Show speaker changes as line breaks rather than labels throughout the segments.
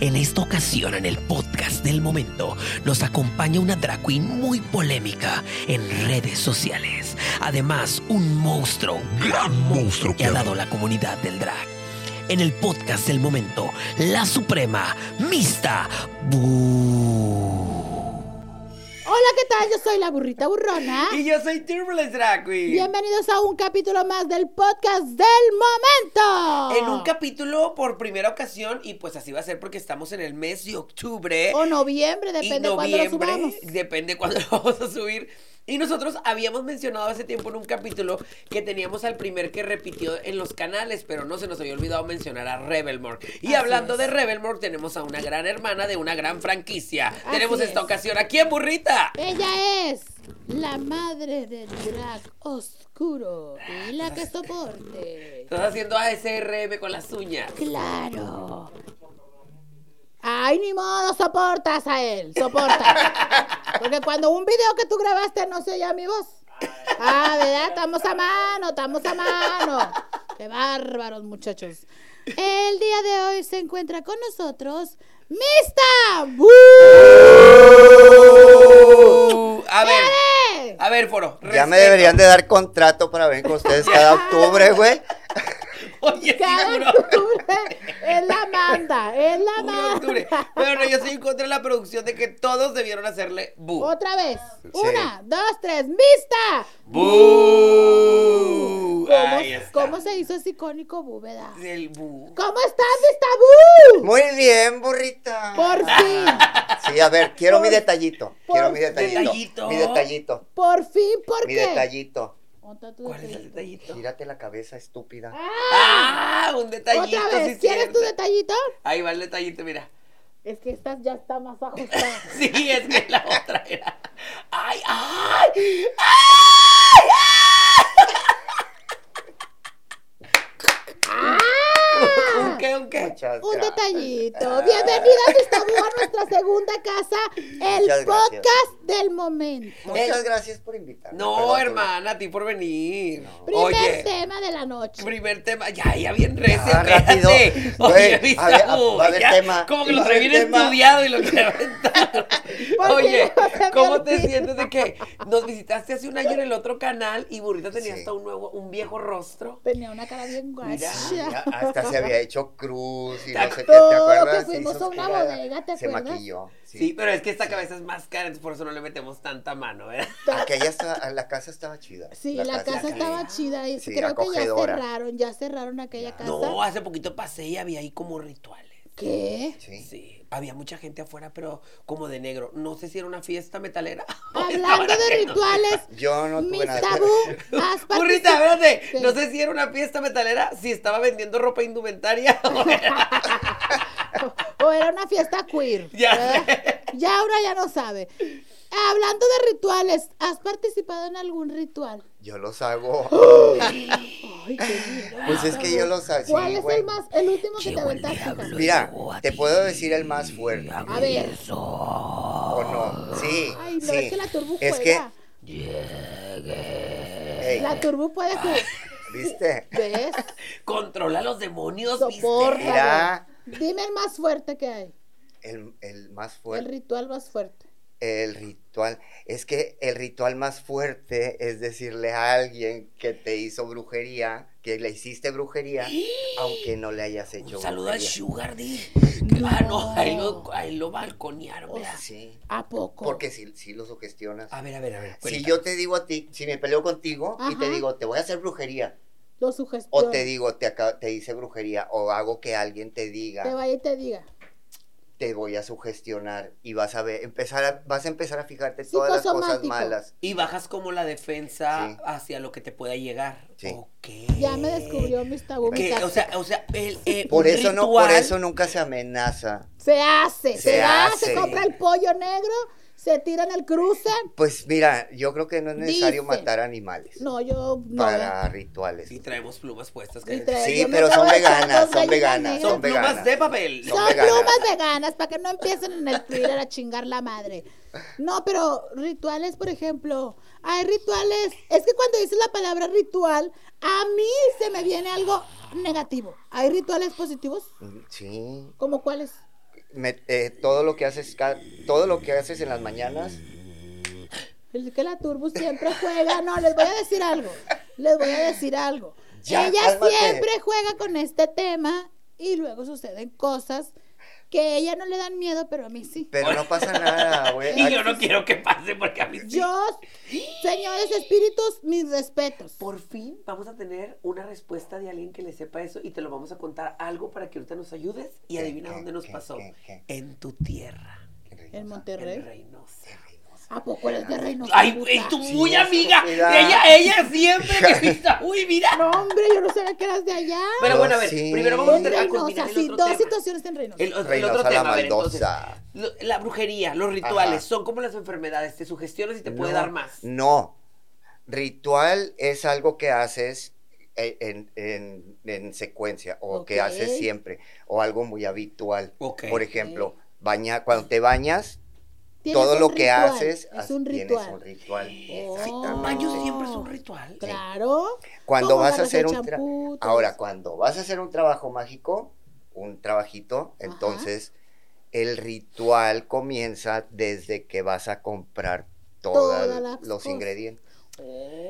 En esta ocasión, en el podcast del momento, nos acompaña una drag queen muy polémica en redes sociales. Además, un monstruo, gran monstruo que ha dado la comunidad del drag. En el podcast del momento, la suprema, Mista Bu.
Hola, ¿qué tal? Yo soy la burrita burrona.
Y yo soy Turbulence Drag Queen.
Bienvenidos a un capítulo más del podcast del momento.
En un capítulo por primera ocasión, y pues así va a ser porque estamos en el mes de octubre.
O noviembre, depende
y
de cuándo lo
noviembre,
subamos.
depende cuándo lo vamos a subir. Y nosotros habíamos mencionado hace tiempo en un capítulo que teníamos al primer que repitió en los canales, pero no se nos había olvidado mencionar a Rebelmore. Y hablando de Rebelmore, tenemos a una gran hermana de una gran franquicia. tenemos
es.
esta ocasión aquí en Burrita.
Ella es la madre del drag oscuro y la que soporte.
Estás haciendo ASRM con las uñas.
Claro. Ay, ni modo, soportas a él, soporta. Porque cuando un video que tú grabaste no se oía mi voz. Ah, ¿verdad? Estamos a mano, estamos a mano. Qué bárbaros, muchachos. El día de hoy se encuentra con nosotros Mista
A ver. A ver, Foro.
Ya
respeto.
me deberían de dar contrato para venir con ustedes cada octubre, güey.
Oye, sí, juro.
Cada octubre es la manda, es la
Juro, octubre.
manda.
Pero no, yo estoy en contra de la producción de que todos debieron hacerle bu.
Otra vez.
Sí.
Una, dos, tres, Mista Uh.
Bu.
¿Cómo,
Ahí está.
cómo se hizo ese icónico bu, verdad?
El bu.
¿Cómo estás, Mr. Bu?
Muy bien, burrita.
Por fin,
Sí, a ver, quiero mi
Por-
detallito. Quiero
por-
mi detallito.
Detallito.
Mi detallito.
por fin, ¿por
Mi
qué?
detallito.
¿Cuál
¿Cuál es el detallito?
Gírate la cabeza, estúpida.
Ah, un detallito.
Otra
sí
vez,
es
¿quieres tu
cierto.
detallito?
Ahí va el detallito, mira.
Es que esta ya está más ajustada.
Sí, es que la otra era. ¡Ay, ay! ¡Ay! ¿Un qué, un qué?
Muchas
Un
gracias.
Ah.
detallito. Bienvenida, Mr. Bu, a nuestra segunda casa, el
Muchas gracias.
podcast del momento.
Muchas gracias por invitarme.
No,
Perdón,
hermana, a ti por venir.
Primer
Oye.
tema de la noche.
Primer tema, ya, ya bien recio,
Ya, rápido.
espérate.
Güey,
Oye,
a
viste,
ver, a-
uh,
a ver,
ya,
tema.
Como que lo
A
trae
ver,
bien
tema.
estudiado y lo que aventaron.
Porque
Oye,
no se me
¿cómo te
olvida.
sientes de que nos visitaste hace un año en el otro canal y Burrito tenía
Sí.
hasta un nuevo, un viejo rostro?
Tenía una cara bien guacha.
Mira,
Ya, hasta se había hecho cruz y no sé qué, ¿te
Todo,
acuerdas?
que
Se hizo
fuimos a una
oscura,
bodega, ¿te
Se
acuerdas?
maquilló.
Sí, pero es que esta cabeza es más cara, entonces por eso no le metemos tanta mano, ¿verdad?
Aquella está- la casa estaba chida.
Sí, la, casa
la
estaba
casa.
chida y
Sí,
creo que ya
acogedora.
cerraron, ya cerraron aquella casa.
No, hace poquito pasé y había ahí como rituales.
¿Qué?
Sí.
Sí, había mucha gente afuera, pero como de negro. No sé si era una fiesta metalera.
Hablando de rituales,
Yo no tuve
mis
nada.
tabú, has
Burrita,
participado-
espérate.
Sí.
No sé si era una fiesta metalera, si estaba vendiendo ropa indumentaria. o era-
O era una fiesta queer.
Ya
¿verdad?
sé.
Ya ahora ya no sabe. Hablando de rituales, ¿has participado en algún ritual?
Yo los hago.
Ay, qué miedo.
Pues es que yo los hago. sí,
¿Cuál es
güey.
el más, el último que te
Llegó el
aventaste?
diablo.
Juan?
Mira,
llegó a
te
ti.
puedo decir el más fuerte.
A ver.
¿O no? Sí.
Ay, no,
sí.
es que la turbu
Es
juega.
que, ey,
La turbu puede jugar.
¿viste?
¿Ves?
Controla los demonios, ¿viste?
Soporta.
Mira.
Dime el más fuerte que hay.
El, el más
El
fuerte.
ritual más fuerte.
El ritual. Es que el ritual más fuerte es decirle a alguien que te hizo brujería, que le hiciste brujería, aunque no le hayas hecho
Un saludo al
brujería.
Sugar D. Ah, no, ahí lo, ahí lo
Oh,
balconearon. ¿verdad?
Sí.
¿A poco?
Porque si, si lo sugestionas.
A ver, a ver, a ver.
Si
cuéntame.
yo te digo a ti, si me peleo contigo y te
Ajá.
digo, te voy a hacer brujería,
Lo sugestiona.
o te digo, te, aca- te hice brujería, o hago que alguien te diga,
Te vaya y te diga.
te voy a sugestionar y vas a ver, empezar a- vas a empezar a fijarte todas las cosas
Psicosomático.
malas.
Y bajas como la defensa
Sí.
hacia lo que te pueda llegar.
Sí.
Ok.
Ya me descubrió mis tabú. mi
Que,
casa.
o sea, o sea, el, eh,
Por
un
eso no, por
ritual-
eso nunca se amenaza.
se hace, se,
Se
hace.
hace.
Compra el pollo negro, se tiran el cruce.
Pues mira, yo creo que no es necesario
Dice.
matar animales
No, yo no.
para rituales.
Y traemos plumas puestas.
Y
Que...
trae-
Sí,
yo me
pero
acabo
son
de echar
veganas,
dos
son
gallinas
veganas,
negras.
Son plumas
veganas.
de papel.
Son
Son
veganas.
plumas veganas para que no empiecen en el Twitter a chingar la madre. No, pero rituales, por ejemplo. Hay rituales. Es que cuando dices la palabra ritual, a mí se me viene algo negativo. ¿Hay rituales positivos?
Sí.
¿Como cuáles?
Me- eh, todo lo que haces ca- todo lo que haces en las mañanas
El que la Turbus siempre juega. No, les voy a decir algo. Les voy a decir algo.
Ya,
ella
cálmate.
siempre juega con este tema y luego suceden cosas que a ella no le dan miedo, pero a mí sí.
pero no pasa nada güey
Y yo no quiero que pase porque a mí sí.
Yo, señores espíritus, mis respetos.
Por fin vamos a tener una respuesta de alguien que le sepa eso y te lo vamos a contar algo para que ahorita nos ayudes y
¿Qué,
adivina
qué,
dónde nos
qué,
pasó.
qué, qué?
En tu tierra,
En
en
Monterrey.
Reynosa.
¿A poco eres de Reynosa?
Ay,
puta?
güey, tú
Sí,
muy
es
amiga.
propiedad.
Ella, ella siempre que pisa. Uy, mira.
No, hombre, yo no sabía que eras de allá.
Pero bueno, a
Yo
ver,
sí.
primero vamos
En
a, a
Reynosa,
combinar
sí,
el
dos
otro tema.
situaciones en Reynosa.
El, el
Reynosa
otro
la
tema, a ver, entonces,
maldosa.
lo- la brujería, los rituales,
Ajá.
son como las enfermedades, te sugestionas y te puede
No,
dar más.
no ritual es algo que haces e- en, en- en secuencia o que
Ok.
haces siempre o algo muy habitual
Ok.
por ejemplo baña cuando te bañas
Tienes
todo
un
lo que
ritual,
haces
Es
haz-
un
tienes
ritual.
un ritual
Oh.
Ah,
El
Ah,
baño Ah, siempre es un ritual.
Claro.
Cuando
¿Cómo
vas a
agarras el
hacer un tra-
champú, todo
ahora
eso?
cuando vas a hacer un trabajo mágico, un trabajito,
Ajá.
entonces el ritual comienza desde que vas a comprar
Todas
todos
las
los
cosas.
ingredientes.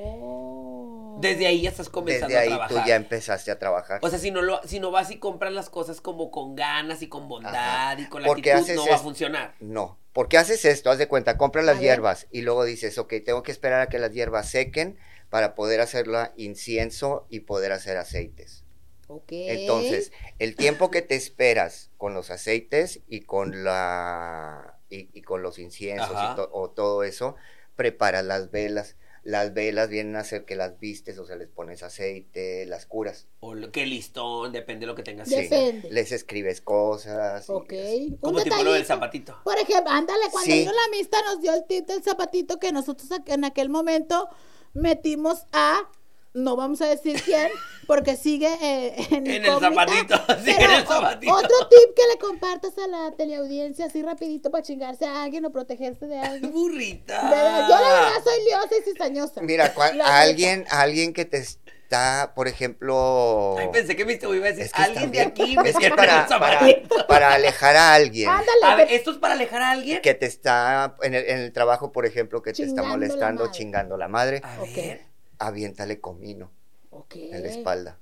Oh.
Desde ahí ya estás comenzando
Desde ahí
a
tú
trabajar.
ya empezaste a trabajar.
O sea, si no, lo, si no vas y compras las cosas como con ganas y con bondad
Ajá.
y con la
Porque
actitud,
haces
no va a
es-
funcionar.
no, porque haces esto, haz de cuenta, compras
A
las
ver.
hierbas y luego dices, ok, tengo que esperar a que las hierbas sequen para poder hacerla incienso y poder hacer aceites.
Oh. Ok.
Entonces, el tiempo que te esperas con los aceites y con la y, y con los inciensos y
Ajá.
to- o todo eso, preparas las velas. Las velas vienen a ser que las vistes, o sea, les pones aceite, las curas.
O lo- qué listón, depende de lo que tengas.
Ya sé. Depende.
Les escribes cosas. y
Ok.
así.
Un
Como tipo lo del
detallito.
zapatito.
Por ejemplo, ándale, cuando
Sí.
vino la mista nos dio el tip del zapatito que nosotros aqu- en aquel momento metimos a, no vamos a decir quién, porque sigue eh, en,
En el
incógnita,
zapatito, sigue en
pero
el
o-
zapatito.
Otro tip que le compartas a la teleaudiencia así rapidito para chingarse a alguien o protegerse de alguien.
Burrita.
De verdad, yo la verdad soy liosa y cizañosa.
Mira, cua-
La neta.
alguien, alguien que te está, por ejemplo.
Ay, pensé que me iba a decir,
Oh. es que
alguien de
están bien-
aquí me
es que
tiene
para,
el
para,
zapatito.
para alejar a alguien.
Ándale,
A ver,
que-
¿esto es para alejar a alguien?
que te está en el, en el trabajo, por ejemplo, que te
Chingando
está
la
molestando,
madre.
chingando la madre,
A
Ok.
ver.
aviéntale comino
ok.
en la espalda.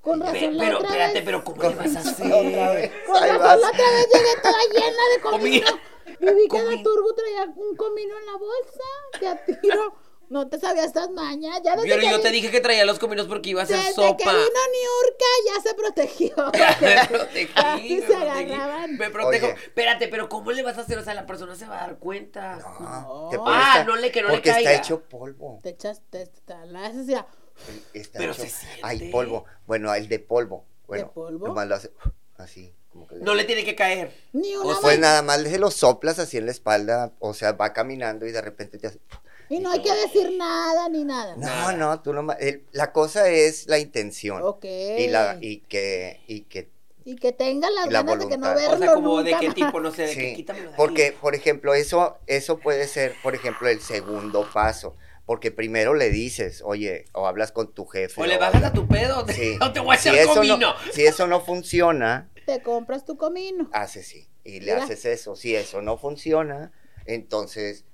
Con
Pe-
razón
Pero,
la otra
espérate,
vez-
pero ¿cómo le vas a
Otra
hacer?
vez,
Con
ahí
razón
vas.
la otra vez llegué toda llena de comino.
Comino.
Y vi que la
Comino.
turbo traía un comino en la bolsa. Te atiro. No te sabía estas mañas. Ya desde
Yo,
que
yo
vi-
te dije que traía los cominos porque iba a hacer
desde que
sopa.
vino Niurka ya se protegió.
me protegí,
Así
me
se
protegí.
agarraban.
Me protejo.
Oye.
Espérate, pero ¿cómo le vas a hacer? O sea, la persona se va a dar cuenta.
No, te
No.
pones
Ah,
a-
no le- que no le
Porque está
caiga.
hecho polvo.
Te echaste esta- la necesidad.
Está
Pero
hecho-
se siente.
Hay polvo. Bueno, el de polvo. Bueno,
polvo?
nomás lo hace así. Como que le-
No le tiene que caer.
Ni una
O
Pues
vez.
nada más se lo soplas así en la espalda, o sea, va caminando y de repente te hace...
Y no hay que decir nada ni nada.
No, no, tú nomás... el- la cosa es la intención.
Ok.
Y, la, y, que, y que
Y que tengan las
y la
ganas de que no
voluntad.
verlo
O sea, como
nunca
de qué
más.
tipo, no sé, de qué
Sí,
quítamelo de ahí.
porque, por ejemplo, eso, eso puede ser, por ejemplo, el segundo paso. Porque primero le dices, oye, o hablas con tu jefe.
O le bajas
hablas-
a tu pedo o te,
Sí.
o te voy a
Si
echar
eso
comino.
No, si eso no funciona,
Te compras tu comino.
haces sí. Y le
Mira.
haces eso. Si eso no funciona, entonces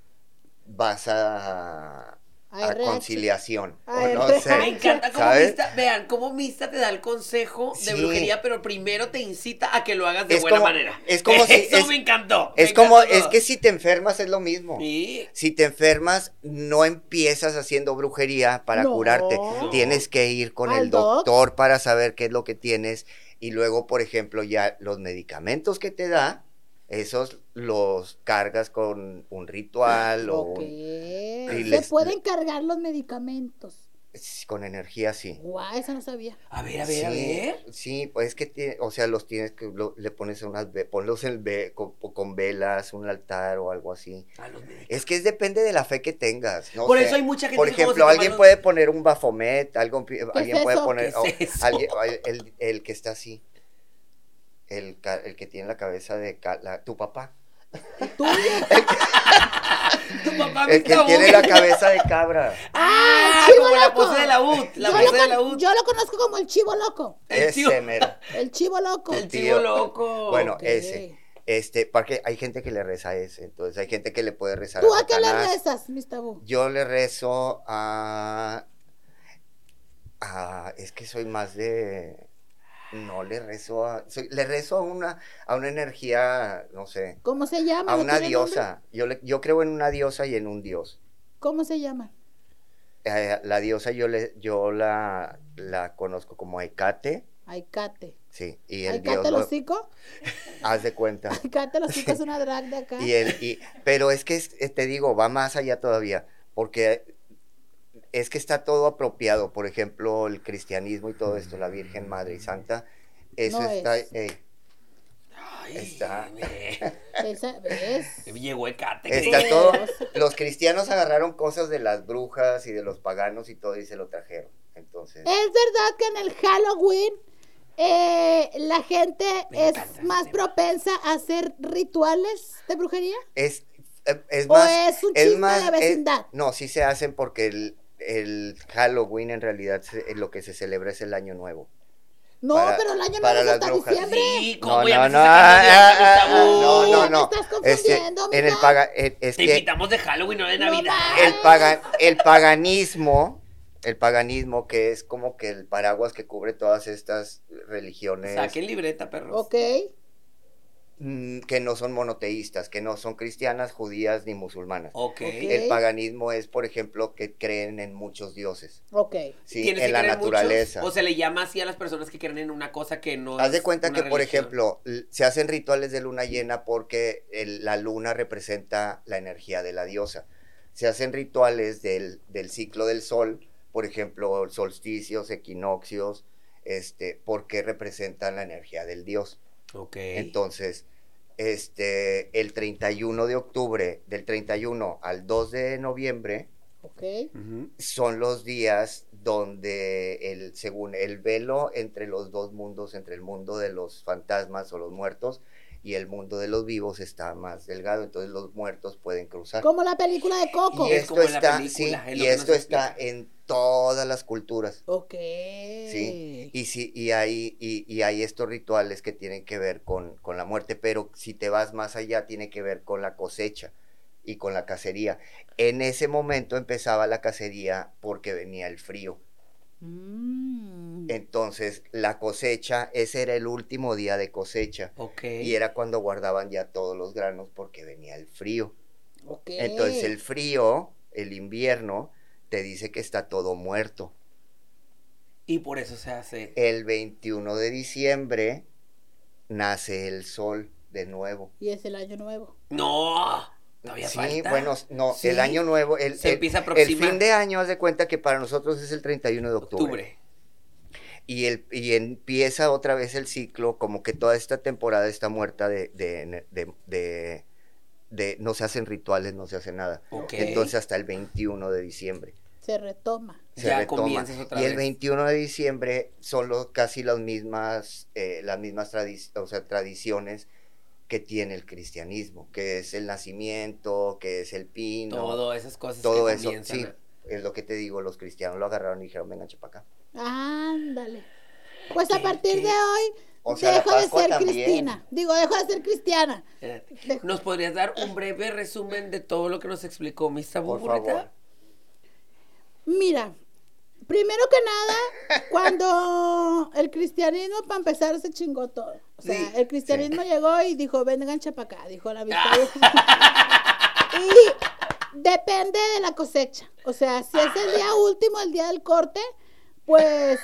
vas a,
Ay,
a
reacio.
conciliación.
Ay,
o no
reacio.
sé,
Me encanta cómo
¿sabes?
Mista, vean, cómo Mista te da el consejo de
Sí.
brujería, pero primero te incita a que lo hagas de
Es
buena
como-
manera.
es como si-
Eso
es-
me encantó. me
Es como,
encantó.
es que si te enfermas es lo mismo.
Sí.
Si te enfermas, no empiezas haciendo brujería para
No.
curarte.
No.
Tienes que ir con
Al
el
doc.
doctor para saber qué es lo que tienes. Y luego, por ejemplo, ya los medicamentos que te da, esos los cargas con un ritual o
Ok.
un-
Se
les-
pueden cargar los medicamentos.
Sí, Con energía, sí.
Guau, eso no sabía.
A ver, a ver, a
Sí,
ver.
Sí, pues es que, tie- o sea, los tienes que, lo- le pones unas, ve- ponlos en ve- con, con velas, un altar o algo así.
A los médicos.
Es que es, depende de la fe que tengas. ¿no?
Por
O sea,
eso hay mucha gente
Por
que como
ejemplo,
se
alguien
llama
puede poner un bafomet, algo- alguien
es
puede
eso?
poner
¿Qué es
o-
eso?
alguien- el, el que está así, el, ca- el que tiene la cabeza de ca- la- tu papá,
Tu papá
el que
viste a
tiene
Bubi.
la cabeza de cabra.
Ah,
chivo
como la
loco.
pose de la UT. La
yo,
pose
lo
de
con-
la UT.
yo lo conozco como el chivo loco.
El tío.
Ese mero.
El chivo loco.
El
tío.
chivo loco.
Bueno,
Ok.
ese. Este, porque hay gente que le reza a ese, entonces hay gente que le puede rezar
¿Tú
a
a qué le
Satanás.
rezas, mis tabú?
Yo le rezo a, a- es que soy más de no le rezo a soy- le rezo a una a una energía, no sé,
¿Cómo se llama?
a
¿No
una
Ah, tiene nombre?
diosa. Yo le- yo creo en una diosa y en un dios.
¿Cómo se llama?
Eh, la diosa yo le yo la la conozco como Hecate,
Aicate.
sí, y el dios
Aicate el
lo-
hocico.
haz de cuenta.
Aicate el hocico es una drag de acá.
Y el, y, pero es que es- eh, te digo, va más allá todavía, porque es que está todo apropiado, por ejemplo, el cristianismo y todo esto, la Virgen Madre y Santa, eso
No
está,
es.
eh,
Ay,
Está.
me-
Esa- ¿ves?
Llegó Ecate. ¿qué
está
tal?
todo, los cristianos agarraron cosas de las brujas y de los paganos y todo y se lo trajeron, entonces,
Es verdad que en el Halloween eh, la gente
Me
es
encanta
más
ese tema.
propensa a hacer rituales de brujería.
es, eh, es
¿O
más,
es un chisme de
es-
vecindad?
no, sí se hacen porque el, el Halloween en realidad se- lo que se celebra es el Año Nuevo.
No,
para-
pero el año nuevo
para
es
las
hasta
brujas.
diciembre.
Sí,
No,
como
no,
ya
no,
no,
ah, ah, ah, no, no,
Me
no.
estás
Es que
confundiendo,
Este, en el
mija.
paga, es- es
Te
que
invitamos de Halloween, no de
No
Navidad.
va.
el paga, el paganismo, el paganismo que es como que el paraguas que cubre todas estas religiones
Saquen libreta, perros.
Ok.
mm, que no son monoteístas, que no son cristianas, judías ni musulmanas.
Ok.
Ok.
El paganismo es, por ejemplo, que creen en muchos dioses,
Ok.
sí,
¿Tienes que
en la
creer mucho?
naturaleza.
o se le llama así a las personas que creen en una cosa que no
Haz
es
de cuenta
una
que, por
religión.
ejemplo, l- se hacen rituales de luna llena porque el- la luna representa la energía de la diosa. Se hacen rituales del, del ciclo del sol, por ejemplo, solsticios, equinoccios, este, porque representan la energía del dios.
Ok.
Entonces, este, el 31 de octubre, del 31 al 2 de noviembre,
Ok.
Ujú.
son los días donde el, según el velo entre los dos mundos, entre el mundo de los fantasmas o los muertos y el mundo de los vivos está más delgado, entonces los muertos pueden cruzar.
Como la película de Coco.
Y
Es
esto
como en la
está,
película,
sí,
es lo
y
que
esto
nos
está en todas las culturas.
Ok.
Sí, y sí, y hay, y, y hay estos rituales que tienen que ver con, con la muerte, pero si te vas más allá, tiene que ver con la cosecha y con la cacería. En ese momento empezaba la cacería porque venía el frío.
Mm.
Entonces, la cosecha, ese era el último día de cosecha.
Ok.
Y era cuando guardaban ya todos los granos porque venía el frío.
Ok.
Entonces, el frío, el invierno, te dice que está todo muerto.
Y por eso se hace.
El 21 de diciembre nace el sol de nuevo.
Y es el año nuevo.
¡No! Todavía
sí,
falta.
bueno, no,
Sí.
el año nuevo, el,
Se
el-
empieza a
el
aproximar.
fin de año, haz de cuenta que para nosotros es el 31 de octubre.
octubre.
y, el, y empieza otra vez el ciclo, como que toda esta temporada está muerta de, de, de, de- de- no se hacen rituales, no se hace nada.
Ok.
Entonces hasta el 21 de diciembre.
Se retoma.
Se
Ya
retoma.
comienzas otra
y el
vez.
21 de diciembre son los- casi las mismas, eh, las mismas tradi- o sea, tradiciones que tiene el cristianismo, que es el nacimiento, que es el pino,
Todo esas cosas.
todo
que
eso.
comienzan
Sí,
a-
es lo que te digo, los cristianos lo agarraron y dijeron, vengan, chepa acá.
Ándale. Pues a partir
qué?
de hoy
O sea, la
dejo de
Pascua
ser
también.
Cristina. Digo, dejo de ser cristiana.
Espérate. eh, ¿Nos podrías dar un breve resumen de todo lo que nos explicó Mista
Por
Burburita?
favor.
Mira, primero que nada, cuando el cristianismo, para empezar, se chingó todo. O sea,
Sí, Ah.
el cristianismo llegó y dijo, vengan para acá, dijo la Biblia. y depende de la cosecha. O sea, si es el día último, el día del corte, pues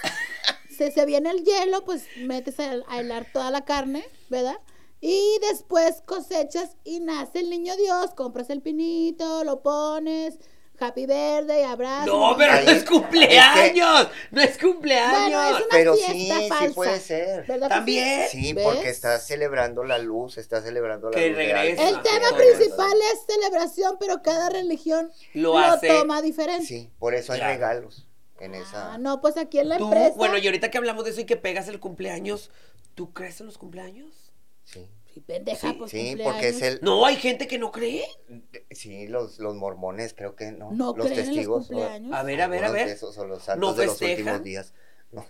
si se viene el hielo, pues metes a, a helar toda la carne, ¿verdad? Y después cosechas y nace el niño Dios, compras el pinito, lo pones, happy verde y abrazo.
No, pero no
Ahí-
es cumpleaños. No
Bueno,
es
es
cumpleaños.
una
Pero
fiesta
sí, sí
falsa.
puede ser.
¿Verdad que
También.
Sí,
¿Ves?
porque estás Ah, celebrando la luz, estás celebrando la
Que
luz. de
regrese.
algo.
El
Eso,
tema
todo
principal es celebración, pero cada religión
Lo
lo,
hace.
toma diferente.
Sí, por eso hay
Ya.
regalos en esa.
Ah, no, pues aquí en la
Tú,
empresa.
bueno, y ahorita que hablamos de eso y que pegas el cumpleaños, ¿tú crees en los cumpleaños?
Sí,
Sí, pendeja,
Sí,
pues,
sí,
cumpleaños.
porque es el.
No, hay gente que no cree.
Sí, los, los mormones, creo que no.
No
los
creen en los
testigos. o-
cumpleaños.
A ver, a ver, a
algunos de
ver.
Esos son los
¿No
santos de los
festejan?
últimos días. No.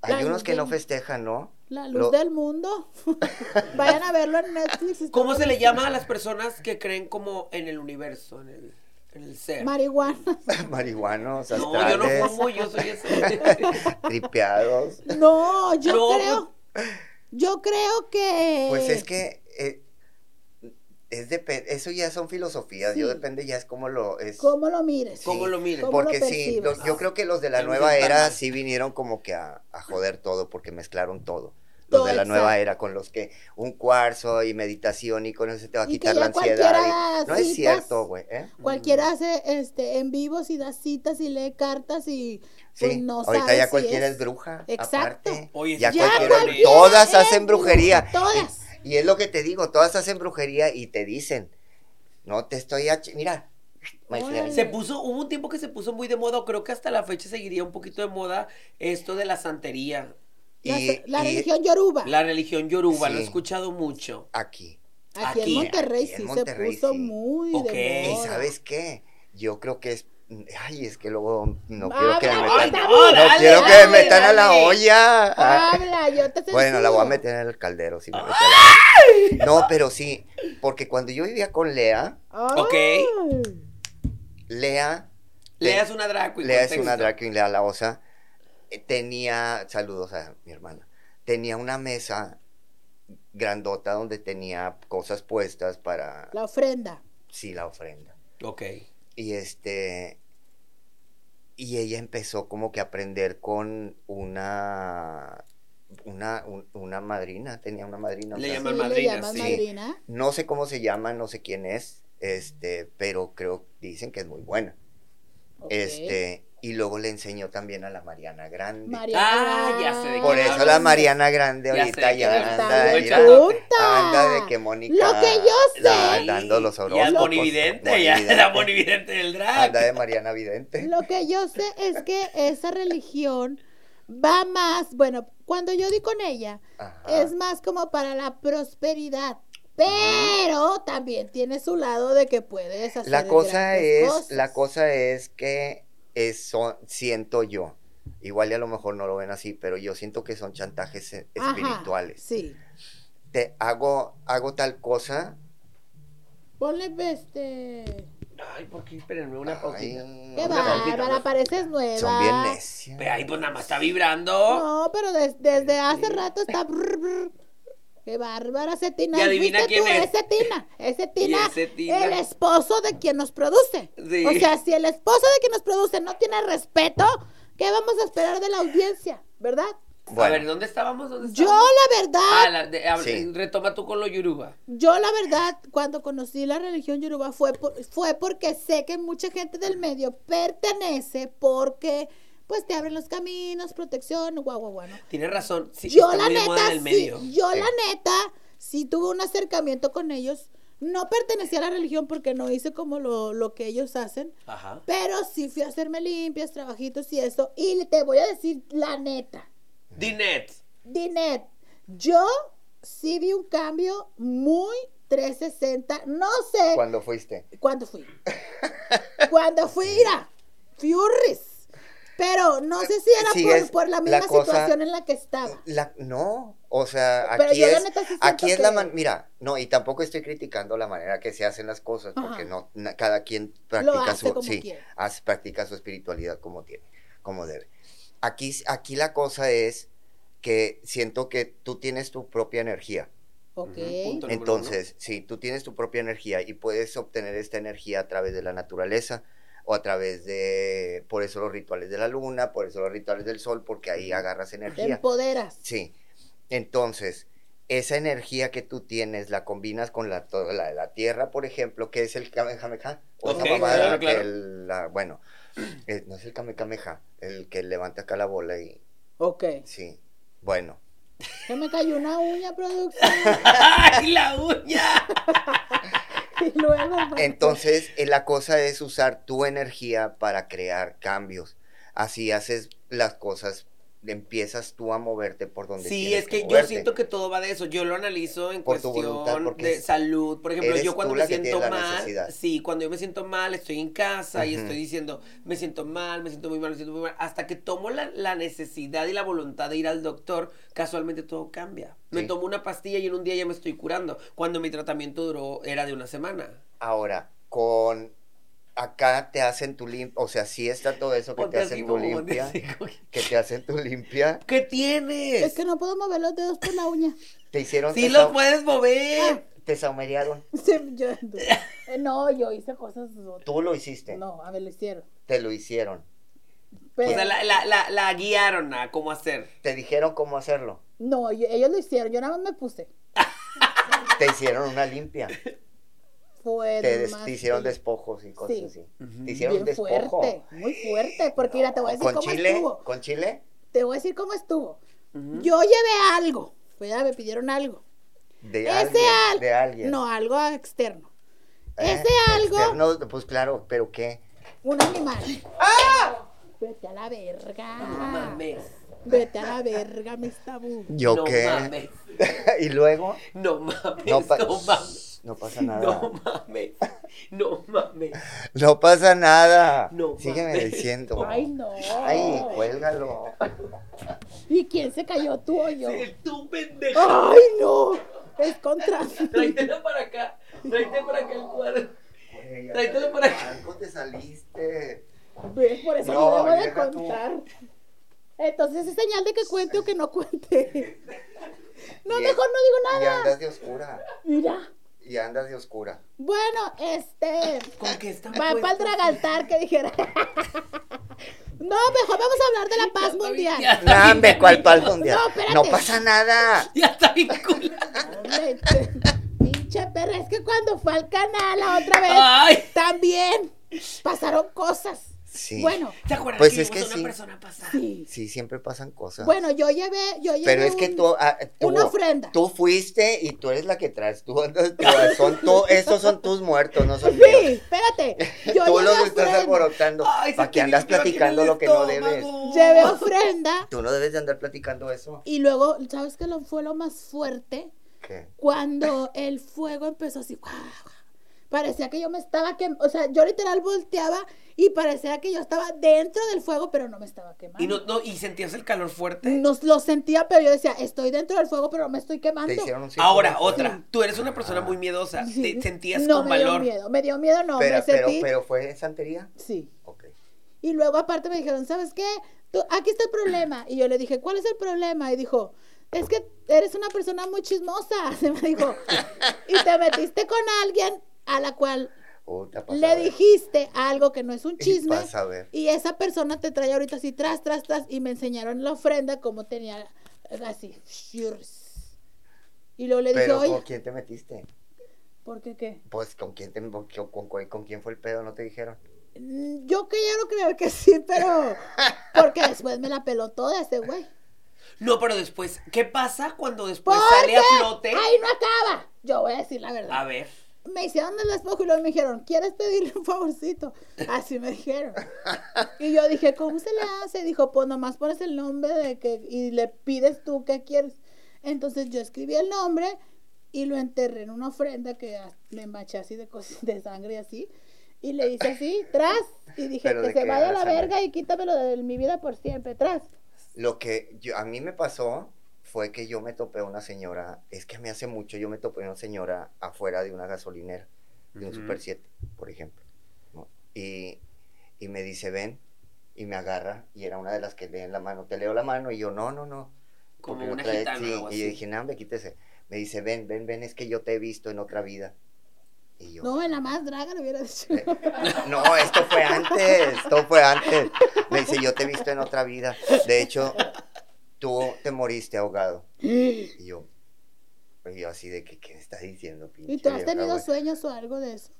Hay
La
unos que no
luz
festejan, ¿no?
La luz
Lo-
del mundo. Vayan a verlo en Netflix. está
¿Cómo se le
buenísimo.
llama a las personas que creen como en el universo, en el, en el ser?
Marihuana.
Marihuanos,
no, yo no
astrales,
fumo, yo soy ese.
tripeados.
No, yo
No,
creo. Yo creo que.
Pues es que eh, es depe- eso ya son filosofías, yo
Sí.
depende ya es como lo es
¿Cómo lo mires?
¿Cómo
Sí,
lo mires?
¿Cómo
porque
lo
sí,
percibes?
los- yo creo que los de la
Ya no
nueva
es tan
era
mal.
sí vinieron como que a, a joder todo porque mezclaron todo. Los
Todo,
de la nueva
exacto.
era con los que un cuarzo y meditación y con eso se te va a
Y que
quitar
ya
la ansiedad.
cualquiera
y- No
citas-
es cierto, güey, ¿eh?
Cualquiera hace este en vivos y da citas y lee cartas y pues
Sí,
no
ahorita
sabe
ya
si
cualquiera es,
es.
bruja.
Exacto.
aparte.
Oye,
ya,
sí,
cualquiera,
cualquiera
todas
es
hacen
bruja,
brujería.
todas.
Y, y es lo que te digo, todas hacen brujería y te dicen, no te estoy, ach- mira, my friend,
Órale.
Se puso, hubo un tiempo que se puso muy de moda, o creo que hasta la fecha seguiría un poquito de moda esto de la santería,
La,
y-
la
y
religión yoruba.
la religión yoruba, lo he
Sí.
escuchado mucho.
aquí.
aquí,
aquí,
en Monterrey
aquí en
sí
Monterrey,
se puso
sí.
muy
Ok,
de
¿Y
moda.
sabes qué? Yo creo que es... Ay, es que luego no
Ah,
quiero que me
bravo,
metan...
está
no,
bueno.
No
Oh, dale,
quiero que
dale,
me metan a la
dale.
olla. Ah.
Habla, yo te
Bueno, la voy a
censuro.
meter en el caldero. Si me meto a la olla. No, pero sí, porque cuando yo vivía con Lea,
Ay.
Ok.
Lea...
Leas una drag queen.
Lea es
contexto.
una drag queen, Lea la osa. eh, Tenía, saludos a mi hermana, tenía una mesa grandota donde tenía cosas puestas para,
La ofrenda.
sí, la ofrenda.
Ok.
Y este, y ella empezó como que a aprender con una, una, un- una madrina, tenía una madrina.
Le
una-
llaman
Sí, le
madrinas,
llaman
sí.
madrina.
No sé cómo se llama, no sé quién es, este, pero creo, dicen que es muy buena.
Ok.
Este, y luego le enseñó también a la Mariana Grande.
Mariana
Ah, ya sé de
Por
quién
eso
hablas.
la Mariana Grande
Ya sé
ahorita
de quién
ya
hablas.
anda,
Está
mira,
bien
chuta.
anda de que Mónica.
Lo que yo
la-
sé.
dando los
Ya es
horóscopos. Pues,
monividente, ya es la monividente del drag.
Anda de Mariana Vidente.
Lo que yo sé es que esa religión va más, bueno, cuando yo di con ella,
Ajá.
es más como para la prosperidad. Pero también tiene su lado de que puedes hacer
La cosa
grandes
es,
cosas.
la cosa es que es- son- siento yo, igual y a lo mejor no lo ven así, pero yo siento que son chantajes e-
Ajá,
espirituales.
sí.
Te hago, hago tal cosa.
Ponle este.
Ay, porque espérenme una pausita.
ay,
Qué
una pausita,
bárbara, pareces nueva.
Son bien necios.
Ve ahí, pues nada más está vibrando.
No, pero des- desde hace rato está. brr, brr. Qué bárbara, ese Tina.
Y adivina
¿Fuiste
quién
tú?
es.
Ese Tina. Ese Tina.
ese Tina.
El esposo de quien nos produce.
Sí.
O sea, si el esposo de quien nos produce no tiene respeto, ¿qué vamos a esperar de la audiencia? ¿Verdad?
A ver,
Bueno,
¿dónde estábamos? ¿Dónde
Yo,
estábamos?
la verdad,
Ah, la de- hab-
Sí.
retoma tú con lo yoruba.
yo, la verdad, cuando conocí la religión yoruba fue, por- fue porque sé que mucha gente del medio pertenece porque, pues, te abren los caminos, protección, guau, guau, guau. ¿no?
Tienes razón. Sí,
yo
está
la
muy de moda
neta,
en el
sí,
medio.
yo
Sí.
la neta, sí tuve un acercamiento con ellos. No pertenecía a la religión porque no hice como lo, lo que ellos hacen,
Ajá.
pero sí fui a hacerme limpias, trabajitos y eso. Y le- te voy a decir la neta,
Dinet.
Dinet, yo sí vi un cambio muy 360, no sé
cuando fuiste.
cuándo fui. cuando fui, mira, Furris. Pero no sé si era
Sí,
por,
es
por la
la
misma
cosa-
situación en la que estaba.
La- no, o sea,
Pero
aquí
yo la
es,
neta sí siento
aquí es la
que-
man- mira, no, y tampoco estoy criticando la manera que se hacen las cosas,
Ajá.
porque no, na- cada quien practica
hace
su,
como
sí,
quiere.
hace- practica su espiritualidad como tiene, como debe. Aquí, aquí la cosa es que siento que tú tienes tu propia energía.
Ok.
Ujú, punto. número
Entonces, sí, tú tienes tu propia energía y puedes obtener esta energía a través de la naturaleza o a través de, por eso los rituales de la luna, por eso los rituales del sol, porque ahí agarras
Te
energía.
empoderas.
Sí. Entonces, esa energía que tú tienes la combinas con la, to- la, la tierra, por ejemplo, que es el Kamehameha. O esa
Ok,
mamada
claro,
que
claro.
el- la- bueno, eh, no es el Kamehameha, el que levanta acá la bola y.
Ok.
Sí, bueno.
Se me cayó una uña, producción.
¡Ay, la uña!
y luego.
Entonces, eh, la cosa es usar tu energía para crear cambios. Así haces las cosas, empiezas tú a moverte por donde
Sí,
tienes
es que yo
moverte.
siento que todo va de eso. Yo lo analizo en
Por tu
cuestión
voluntad, porque
de
es-
salud. Por ejemplo,
eres
yo cuando
tú
me
la que tiene
siento
la
mal,
necesidad.
sí, cuando yo me siento mal, estoy en casa y
Ujú.
estoy diciendo, me siento mal, me siento muy mal, me siento muy mal. Hasta que tomo la, la necesidad y la voluntad de ir al doctor, casualmente todo cambia. Me
Sí.
tomo una pastilla y en un día ya me estoy curando. Cuando mi tratamiento duró, era de una semana.
Ahora, con acá te hacen tu limpia, o sea, sí está todo eso que
Ponte
te
así
hacen tu
como-
limpia,
así como que-
que te hacen tu limpia,
¿Qué tienes?
Es que no puedo mover los dedos por la uña.
te hicieron
Sí
te,
lo
sau-
puedes mover.
te saumerearon.
Sí, yo- eh, no, yo hice cosas. otras.
Tú lo hiciste,
No, a ver, lo hicieron.
te lo hicieron.
O
Pero-
sea, la, la, la, la guiaron a cómo hacer.
Te dijeron cómo hacerlo.
No, yo- ellos lo hicieron. Yo nada más me puse.
Te hicieron una limpia.
Fue
Te, des-
más-
te hicieron despojos y cosas
Sí.
así.
Ujú.
Te hicieron
Bien
un despojo.
fuerte, muy fuerte. Porque mira, te voy a decir
¿Con
cómo
chile?
estuvo.
¿Con chile?
Te voy a decir cómo estuvo.
Ujú.
Yo llevé algo. Cuidado, me pidieron algo.
De
Ese
alguien.
al-
De alguien.
No, algo externo.
¿Eh?
ese algo-
Externo, pues claro, pero ¿qué?
Un animal. Vete a la verga.
No mames.
Vete a la verga, mis tabú.
¿Yo
no
qué?
mames.
y luego,
No mames.
no,
No,
pa-
mames.
no pasa nada.
No mames. No mames.
No pasa nada.
No
Sígueme
mames.
diciendo.
Ay, no.
Ay, pues. cuélgalo.
¿Y quién se cayó tú o yo?
Tú pendejo.
Ay, no. Es contra mí.
Tráetelo para acá. Tráetelo para acá el cuadro. Tráetelo para acá.
Algo te saliste.
Ve, Por eso
No,
no, debo de
deja tú.
contar. Entonces es señal de que cuente o que no cuente. No,
Y-
mejor no digo
Y
nada.
andas de oscura.
Mira.
Y andas de oscura.
Bueno, este.
¿Con qué está
Va para el dragaltar que dijera. No, mejor vamos a hablar de la paz mundial.
Ya está bien
Dame cual
canijo.
pal mundial.
No, espérate.
No pasa nada.
Ya está bien culo.
Hombre, Pinche perra, es que cuando fue al canal la otra vez,
Ay.
también pasaron cosas.
Sí.
Bueno,
¿Te acuerdas
Pues
que vimos
es que
a una
sí.
persona pasar?
sí.
Sí, siempre pasan cosas.
Bueno, yo llevé, yo llevé
Pero es que
un-
tú, ah, tú-
una ofrenda.
Tú fuiste y tú eres la que traes. Tú andas, tú- son tu- estos son tus muertos, no son
Sí,
míos.
espérate. Yo
Tú
llevé
los estás
ofrenda.
alborotando.
Ay, se
¿Para
te
que andas
limpió aquí en
platicando
el
lo que no
estómago.
debes?
Llevé ofrenda
Tú no debes de andar platicando eso.
y luego, ¿sabes qué lo- fue lo más fuerte?
¿Qué?
Cuando el fuego empezó así. guau, guau. Parecía que yo me estaba quemando. O sea, yo literal volteaba y parecía que yo estaba dentro del fuego, pero no me estaba quemando.
Y no, no, y sentías el calor fuerte.
No lo sentía, pero yo decía, estoy dentro del fuego, pero no me estoy quemando.
Te hicieron un círculo.
Ahora, otra. Tú eres una persona muy miedosa.
Sí.
Te sentías
no,
con
me
valor.
dio miedo, me dio miedo, no,
Pero,
me sentí.
pero, pero fue en santería.
Sí.
Ok.
Y luego aparte me dijeron, ¿sabes qué? Tú- aquí está el problema. Y yo le dije, ¿cuál es el problema? Y dijo, es que eres una persona muy chismosa, se me dijo. y te metiste con alguien a la cual
Puta, pasa a
le
ver.
dijiste algo que no es un
Y
chisme.
vas a ver.
Y esa persona te trae ahorita así, tras, tras, tras, y me enseñaron la ofrenda como tenía eh, así. shurs. Y luego le dije,
Pero
oye,
¿con quién te metiste?
¿por qué qué?
Pues con quién te, con, con- con- con quién fue el pedo, no te dijeron.
Mm, Yo quiero creer que sí, pero porque después me la peló toda ese güey.
No, pero después, ¿qué pasa cuando después
Porque
Pues sale a flote?
ahí no acaba. Yo voy a decir la
A
verdad.
ver.
Me hicieron el despojo y luego me dijeron, ¿quieres pedirle un favorcito? Así me dijeron. Y yo dije, ¿cómo se le hace? Dijo, pues nomás pones el nombre de que y le pides tú qué quieres. Entonces yo escribí el nombre y lo enterré en una ofrenda que a- le manché así de cosas de sangre y así. Y le hice así, tras. Y dije,
Pero
que
de
se
que
vaya a la
hagas algo.
verga y quítamelo de mi vida por siempre, tras.
Lo que yo- a mí me pasó fue que yo me topé a una señora, es que me hace mucho, yo me topé a una señora afuera de una gasolinera, de un
Ujú.
Super 7, por ejemplo. ¿no? Y, y me dice, ven, y me agarra, y era una de las que leen la mano, te leo la mano, y yo, no, no, no.
Como
porque lo
una
trae-
gitana
sí,
o algo
Y yo
así.
dije, no, me quítese. Me dice, ven, ven, ven, es que yo te he visto en otra vida. Y yo,
No, en la más draga lo hubiera dicho.
Eh, No, esto fue antes, esto fue antes. Me dice, yo te he visto en otra vida. De hecho, tú te moriste ahogado. Y yo, Y yo así de que, ¿qué está diciendo, pinche?
¿Y tú has
vieja,
tenido
güey?
sueños o algo de eso?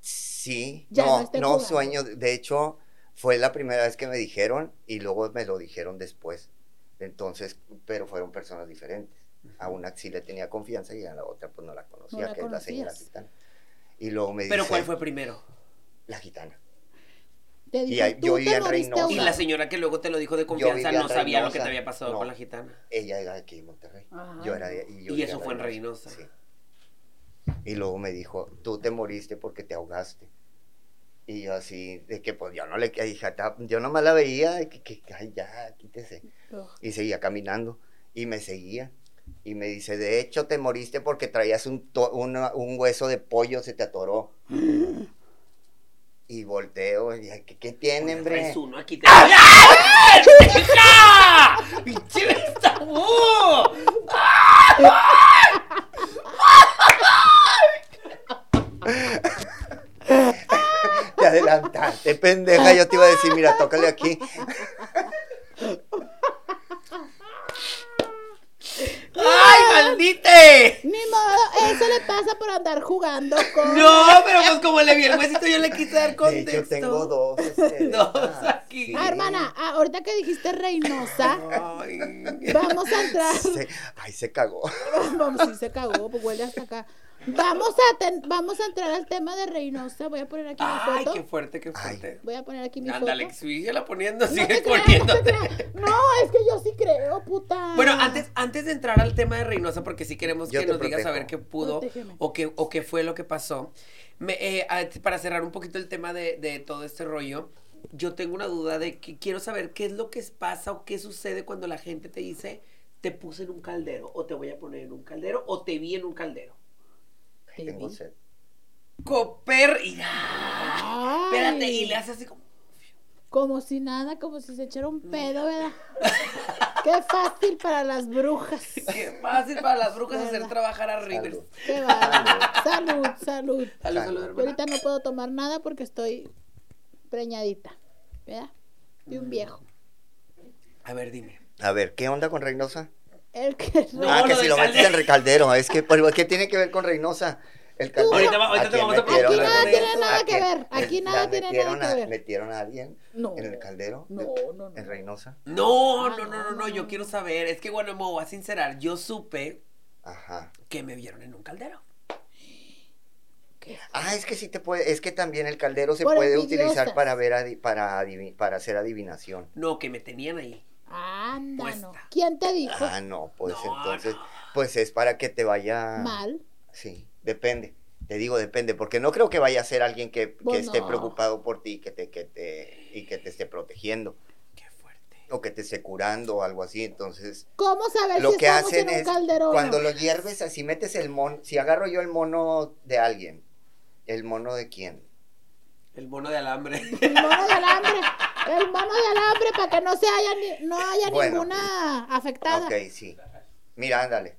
Sí,
Ya no
no,
esté
no
jugando.
sueño. De hecho, fue la primera vez que me dijeron y luego me lo dijeron después. Entonces, pero fueron personas diferentes. A una sí le tenía confianza y a la otra pues no la conocía,
No la
que es la señora
conocías.
gitana. Y luego me
Pero
dice,
¿cuál fue primero?
La gitana.
Te dijo,
ahí-
tú
yo
te
vivía en
moriste
Reynosa.
Y
ahogado.
la señora que luego te lo dijo de
vivía
confianza no
en
sabía lo
Reynosa.
que te había pasado
No.
con la gitana.
Ella era de aquí en Monterrey.
Ajá.
Yo era de, yo
Y
vivía
eso fue en Reynosa.
sí. Y luego me dijo, tú te moriste porque te ahogaste. Y yo así, de que pues yo no le dije, "Ta- yo nomás la veía, de que, que- ay, ya, quítese.
Ugh.
y seguía caminando y me seguía y me dice, de hecho te moriste porque traías un, to- una- un hueso de pollo, se te atoró. y volteo y dije, ¿qué, qué tiene, hombre?
Traes uno aquí. Te... ¡Ay! ¡Hija! ¡Pinche Gustavo! ¡Ay!
Te adelantaste, pendeja, yo te iba a decir, mira, tócale aquí.
¡Ay, maldite!
Ni modo, eso le pasa por andar jugando con...
No, pero pues como le vi el huesito, yo le quise dar
De
contexto.
hecho, tengo dos. este, de
Dos
estas.
aquí.
Sí.
Ah, hermana, ah, ahorita que dijiste Reynosa,
Ay.
vamos a entrar...
Se- ay, se cagó.
Vamos, sí se cagó, pues huele hasta acá. Vamos a, ten- vamos a entrar al tema de Reynosa. Voy a poner aquí mi
Ay,
foto.
qué fuerte, qué fuerte.
Voy a poner aquí mi
Ándale,
foto.
síguela poniendo,
No,
sigue
te creas, no, te
poniéndote.
creas. no, es que yo sí creo, puta.
Bueno, antes, antes de entrar al tema de Reynosa, porque sí queremos
Yo
que
Ah. te
nos digas a
protejo.
ver qué pudo
Protégeme.
o qué, o qué fue lo que pasó. Me, eh, a- para cerrar un poquito el tema de, de todo este rollo, yo tengo una duda de que quiero saber qué es lo que pasa o qué sucede cuando la gente te dice te puse en un caldero o te voy a poner en un caldero o te vi en un caldero.
Te
Tengo
vi.
sed.
Coper y
Ay,
espérate y le hace así como
Como si nada, como si se echara un pedo, ¿verdad? Qué fácil para las brujas.
qué fácil para las brujas hacer
Verdad.
trabajar a Rivers.
Salud.
Qué bárbaro. Salud, salud.
Salud, salud,
Salud.
Yo
hermana.
ahorita no puedo tomar nada porque estoy preñadita, ¿verdad? De
Mm.
un viejo.
A ver, dime.
A ver, ¿qué onda con Reynosa?
El que
No,
ah,
lo
que
del
si lo metes
caldero.
en recaldero. Es que, pero ¿qué tiene que ver con Reynosa? El caldero.
Ahorita va- ahorita
¿A
te
quién
vamos a
metieron
preguntar.
al
Aquí nada
caldero?
tiene nada
¿A
que
quién?
ver, aquí
¿La
nada tiene
metieron
nada que
a-
ver.
¿Metieron a alguien
No.
en el caldero?
No, no, no.
¿En Reynosa?
No,
Ah,
no, no,
no,
no, no,
no,
yo
no.
quiero saber. Es que bueno, me voy a sincerar. Yo supe
Ajá.
que me vieron en un caldero.
Ah, es que sí te puede, es que también el caldero se
Por
puede
envidiosas.
utilizar para ver adi- para adivi- para hacer adivinación.
No, que me tenían ahí.
Anda, no.
Puesta.
¿Quién te dijo?
Ah, no, pues
No,
entonces,
no.
pues es para que te vaya
Mal.
Sí, depende. Te digo, depende, porque no creo que vaya a ser alguien que, que
Pues
esté
no.
preocupado por ti, que te, que te, y que te esté protegiendo,
Qué fuerte.
o que te esté curando o algo así. Entonces,
¿Cómo saber
lo
Pues si
que
estamos
hacen
en un
es
calderón?
cuando lo hierves así metes el mono si agarro yo el mono de alguien el mono de quién
El mono de alambre.
El mono de alambre. El mono de alambre para que no se haya ni- no haya
Bueno.
ninguna afectada.
ok sí mira ándale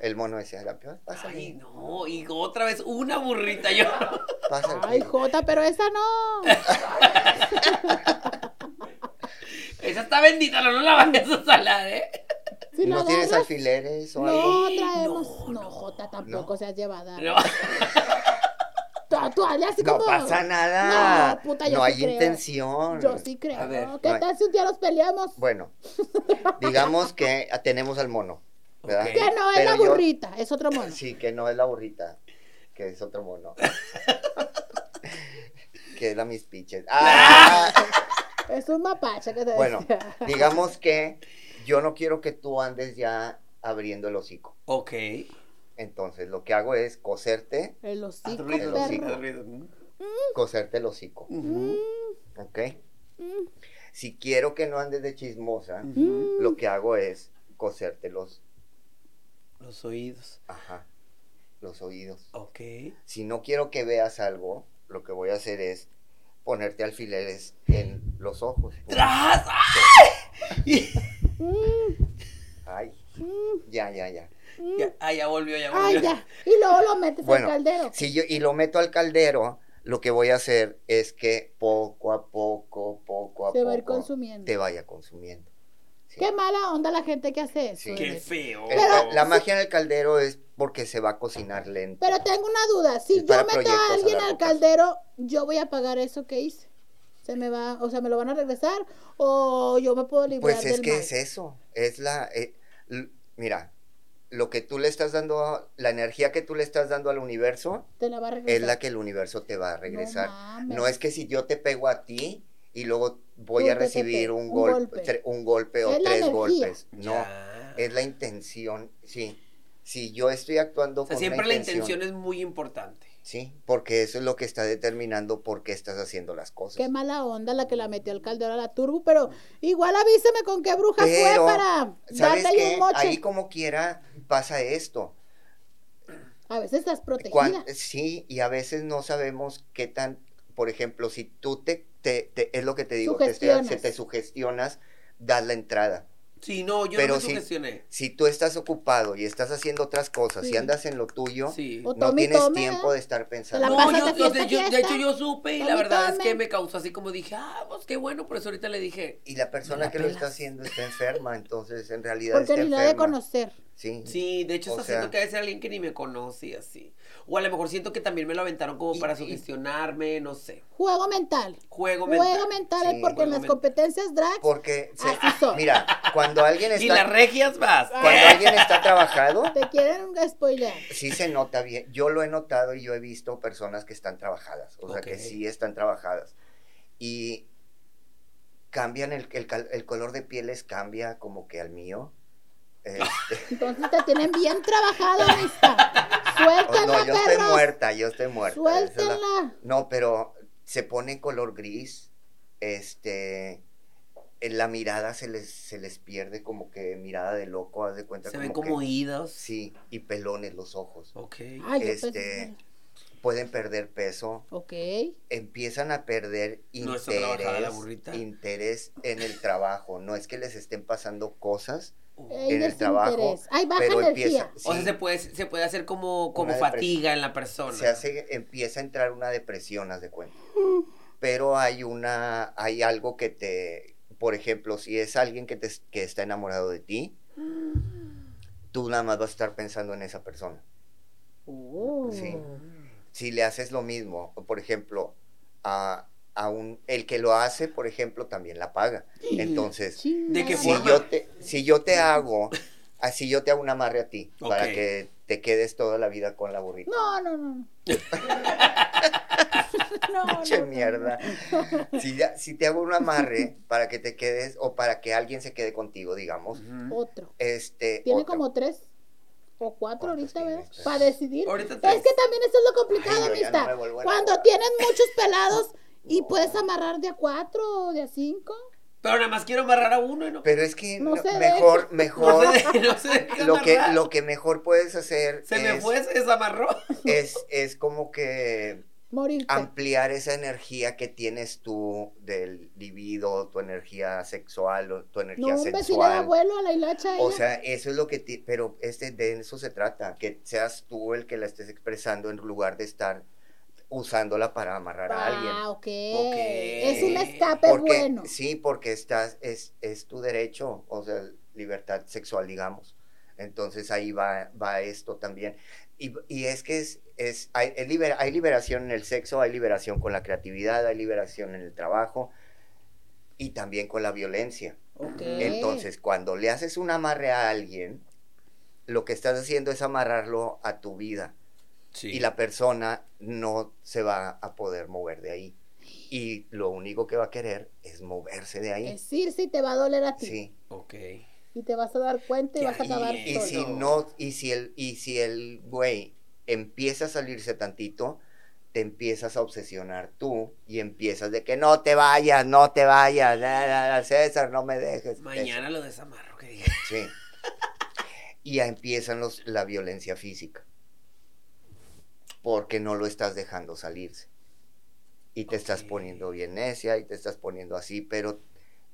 el mono ese era peor
Ay,
pásale
no. Y otra vez una burrita. Yo
pásale
Ay, Jota, pero esa no.
Esa está bendita, no, no la vayas a salar, ¿eh?
Si
no
la
tienes
agarras-
alfileres o algo
No traemos.
No,
No,
no,
Jota, tampoco
no.
seas llevada.
No.
Tú- tú hazle así
no
como-
pasa nada
No, puta, yo
No
sí
hay
creo.
intención
Yo sí creo.
A ver,
¿Qué
no hay-
tal si un día nos peleamos?
bueno digamos que tenemos al mono ¿verdad?
Ok.
que no es
Pero
la
yo-
burrita, es otro mono.
Sí, que no es la burrita, que es otro mono. que es la mis piches.
Es un mapache que te
bueno,
decía.
digamos que yo no quiero que tú andes ya abriendo el hocico.
Ok.
Entonces lo que hago es coserte,
El hocico,
Haz ruido,
perro.
sí, haz ruido.
coserte el hocico,
Ujú,
¿ok? Si quiero que no andes de chismosa,
ujú.
Mm,
lo que hago es coserte los,
Los oídos.
ajá, los oídos.
Ok.
Si no quiero que veas algo, lo que voy a hacer es ponerte alfileres en los ojos.
¡Tras! ¡Ah!
mm,
Ay, ya, ya, ya.
Ya, ah, ya volvió, ya volvió.
Ay, ya. Y luego lo metes
Bueno,
al caldero.
Si yo, y lo meto al caldero, lo que voy a hacer es que poco a poco, poco a
Se va a ir
poco,
consumiendo.
te vaya consumiendo. Sí.
Qué mala onda la gente que hace eso. eh.
Sí.
de
Qué
neta.
feo.
El
Pero-
ca- la magia en el caldero es porque se va a cocinar lento.
Pero tengo una duda. Si
Es para
yo meto
proyectos
a
a
alguien
largo
al
plazo.
caldero, yo voy a pagar eso que hice. Se me va, o sea, me lo van a regresar o yo me puedo librar
Pues es
del
que
mal?
es eso, es la, eh, l- mira, lo que tú le estás dando, a- la energía que tú le estás dando al universo
Te la va a regresar.
es la que el universo te va a regresar.
mames.
No es que si yo te pego a ti y luego voy
Tú
a
te
recibir
pegas,
un,
un
golpe,
golpe.
tre- un golpe o
Es la
tres
energía.
golpes. No,
Ah.
Ya.
es la intención, sí. Si yo estoy actuando
O sea,
con
siempre
una
la
intención,
intención es muy importante.
sí, porque eso es lo que está determinando por qué estás haciendo las cosas.
Qué mala onda la que la metió al caldero a la turbo, pero igual avísame con qué bruja
Pero,
fue para
¿Sabes
darle ahí
qué?
un moche.
Ahí como quiera pasa esto.
A veces estás protegida.
Cuan- sí, y a veces no sabemos qué tan, por ejemplo, si tú te, te- te- es lo que te digo, te estoy-
Sugestionas.
se te sugestionas, das la entrada.
Sí, no, yo
Pero
no me
sí.
sugestioné.
Si tú estás ocupado y estás haciendo otras cosas
Sí.
y andas en lo tuyo,
Sí.
O
no
tome y
tienes
tome,
tiempo
¿verdad?
de estar
La
pensando.
No,
pasas
yo,
de
yo-
fiesta,
yo- de
fiesta.
hecho yo supe y la
Tome,
verdad es que
tome.
me causó así como dije, ah, pues qué bueno, por eso ahorita le dije,
Y la persona
la
que lo
pelas.
está haciendo está enferma, entonces en realidad
Porque
está
ni la de
enferma.
conocer.
Sí.
sí, de hecho
O
está
sea-
siento que debe ser alguien que ni me conoce y así. O a lo mejor siento que también me lo aventaron como
Y-
para
y-
sugestionarme, no sé.
Juego mental.
Juego
Juego
mental.
mental, es
Sí,
porque en
juego
las
mental.
competencias drag
Porque, se-
Así son.
mira, cuando alguien
Y las
está,
regias vas.
cuando alguien está trabajado,
te quieren spoilear.
sí se nota bien. Yo lo he notado y yo he visto personas que están trabajadas, o sea,
Ok.
que sí están trabajadas. Y cambian el, el cal- el color de pieles, cambia como que al mío. Este,
Entonces te tienen bien trabajado, lista.
oh,
Suéltala,
no, yo estoy
perros.
muerta, yo estoy muerta. esa es la-
Suéltala.
No, pero se pone color gris, este, en la mirada se les, se les pierde como que mirada de loco, haz de cuenta.
Se ven como
que-
idos.
Sí, y pelones los ojos.
Ok.
Ay, yo
Este-
pensé-
Pueden perder peso,
Ok.
empiezan a perder
No está trabajada la
interés,
burrita.
interés en el trabajo. No es que les estén pasando cosas,
Hay
el trabajo,
desinterés. Hay baja
pero
energía.
empieza,
O sea,
sí,
se puede, se puede hacer como, como
Una
fatiga en la persona.
se hace, empieza a entrar una depresión, haz de cuenta. Pero hay una, hay algo que te, por ejemplo, si es alguien que, te, que está enamorado de ti, tú nada más vas a estar pensando en esa persona.
Oh.
Sí. Si le haces lo mismo, por ejemplo, a, a un, el que lo hace, por ejemplo, también la paga. Entonces,
Chinga
¿De qué
la
si
forma?
yo te, si yo te hago, así yo te hago un amarre a ti,
Ok.
para que te quedes toda la vida con la burrita.
No, no, no. no, no,
Pinche
no, no.
mierda. Si, ya- si te hago un amarre para que te quedes o para que alguien se quede contigo, digamos,
Ujú.
Otro.
este.
Tiene
otro.
como tres o cuatro
¿Cuántos
ahorita, ¿verdad?
tienes?
Para decidir.
Ahorita tres.
Es que también eso es lo complicado,
Ay, yo ya
amistad.
no me vuelvo a
Cuando
enamorar.
tienes muchos pelados y puedes amarrar de a cuatro o de a cinco.
Pero nada más quiero amarrar a uno y no.
Pero es que
No
no-
se
mejor,
No
mejor.
se, de- no se deja
Lo que,
amarrar.
lo que mejor puedes hacer
Se me
es,
fue, se desamarró.
es, es como que
Morirte.
ampliar esa energía que tienes tú del libido, tu energía sexual, o tu
no,
energía
un vecino de
sensual.
abuelo a la hilacha.
O
ella.
sea, eso es lo que ti- pero este de eso se trata, que seas tú el que la estés expresando en lugar de estar usándola para amarrar a alguien.
Ah, ok.
Ok.
Es un escape
Porque
bueno.
sí, porque estás es, es tu derecho, o sea, libertad sexual, digamos. Entonces ahí va va esto también. Y, y es que es, es hay, es liber- hay liberación en el sexo, hay liberación con la creatividad, hay liberación en el trabajo y también con la violencia.
Ok.
Entonces, cuando le haces un amarre a alguien, lo que estás haciendo es amarrarlo a tu vida
Sí.
y la persona no se va a poder mover de ahí. Y lo único que va a querer es moverse de ahí.
Es ir si te va a doler a ti.
Sí.
Ok.
Y te vas a dar cuenta y
Ya,
vas a
y-
acabar
Y
Eso
solo.
si no, y si el, y si el güey empieza a salirse tantito, te empiezas a obsesionar tú y empiezas de que no te vayas, no te vayas, la, la, la, César, no me dejes. Eso.
Mañana lo desamarro, que dije.
Sí. Y ya empiezan los, la violencia física. Porque no lo estás dejando salirse. Y te estás
Ok.
poniendo bien necia y te estás poniendo así, pero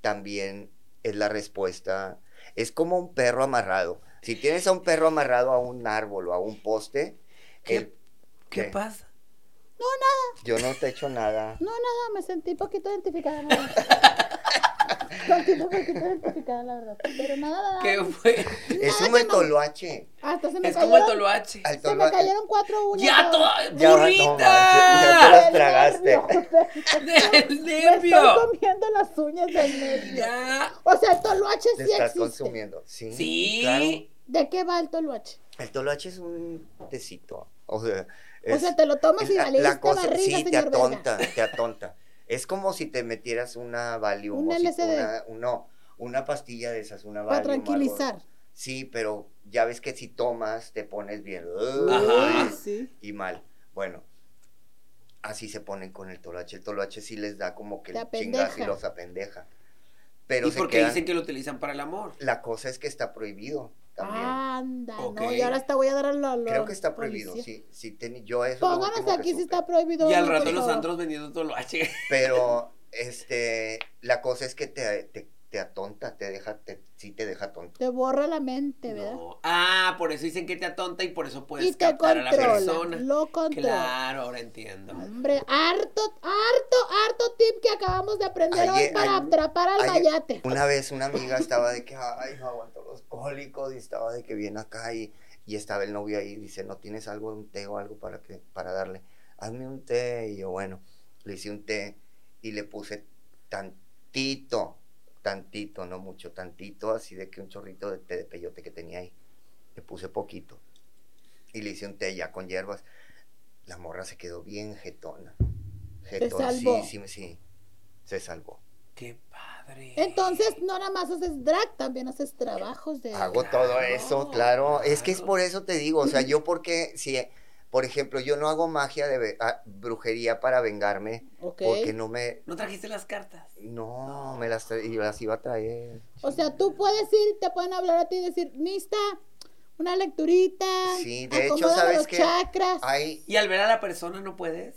también es la respuesta. Es como un perro amarrado. Si tienes a un perro amarrado a un árbol o a un poste,
¿Qué,
el-
¿Qué
¿qué?
pasa?
yo no te echo nada.
No, nada, me sentí poquito identificada. nada más. Cualquier poquito identificada, la verdad. Pero nada.
¿Qué fue?
Es un metoloache.
Hasta se me
Es como el
cayeron-
toloache.
Al
Se me
toloache-
cayeron cuatro uñas.
¡Ya,
todo.
toda!
Ya, no manches, ya te
¡Burrita!
las tragaste.
¡Del
Me estoy
nervio!
comiendo las uñas del nervio.
¡Ya!
O sea, el toloache
Te
sí
estás
existe.
consumiendo. Sí.
Sí.
claro.
¿De qué va el toloache?
El toloache es un tecito. O sea,
o sea, te lo tomas
es
y
la-
valiste
la cosa-
barriga,
Sí, te
señor Vega.
atonta, te atonta. Es como si te metieras una Valium.
Un
o si-
LSD.
una- un- no, una pastilla de esas, una
Para
Valium. algo.
tranquilizar.
Sí, pero ya ves que si tomas te pones bien.
Ajá.
Uy, sí.
Y mal. Bueno, así se ponen con el toloache. El toloache sí les da como que
Te
el chingazo y
apendeja.
los apendeja. Pero
¿Y
se
por qué
quedan-
dicen que lo utilizan para el amor?
La cosa es que está prohibido también.
Ah, Anda, no.
Ok.
Y ahora hasta voy a dar a la.
Creo que está prohibido, sí. sí teni- yo eso es lo
Pónganos
último
Pues
que
aquí si
supe.
está prohibido.
Y
o
al
no,
rato
por
los
favor.
antros vendiendo toloache.
Pero este, la cosa es que te, te, te atonta, te deja, te, sí te deja tonto.
Te borra la mente, ¿verdad?
No. Ah, por eso dicen que te atonta y por eso puedes
y te
captar a la
controla.
persona.
Lo controla.
Claro, ahora entiendo.
Hombre, harto, harto, harto tip que acabamos de aprender
Ayer-
hoy para
ayer-
atrapar al
ayer-
mayate.
Una vez una amiga estaba de que, ay, no aguanto los cólicos y estaba de que viene acá y, y estaba el novio ahí y dice, no tienes algo, un té o algo para, que, para darle. Hazme un té y yo, bueno, le hice un té y le puse tantito, tantito, no mucho, tantito, así de que un chorrito de té de peyote que tenía ahí. Le puse poquito y le hice un té ya con hierbas. La morra se quedó bien jetona. Jetona,
salvó.
sí, sí, sí. Se salvó.
Qué padre.
Entonces, no nada más haces drag, también haces trabajos de.
Hago
Claro,
todo eso, claro. Es que es
claro.
por eso te digo, o sea, yo porque si, por ejemplo, yo no hago magia de ve- ah, brujería para vengarme,
Ok.
porque no me,
¿No trajiste las cartas?
no, me las, tra- y las iba a traer.
O sea, tú puedes ir, te pueden hablar a ti y decir, Mista, una lecturita.
Sí, de hecho,
acomoda
¿sabes
los
qué?
chakras.
Ay,
Y al ver a la persona no puedes.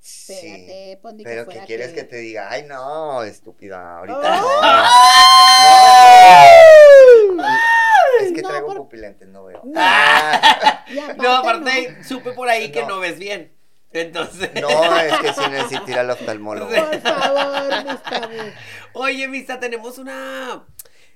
sí.
Espérate, pon ni que
Pero que
fuera
quieres que
que-
te diga, ay, no, estúpida, ahorita. no". No, Es que
No,
traigo
por-
pupilentes, no veo.
No.
Ah,
Y aparte,
No, aparte, supe por ahí que
No.
no. ves bien. Entonces.
no, es que sí necesito ir al oftalmólogo.
Sí.
Por favor, Mista. Boo.
Oye, Mista, tenemos una.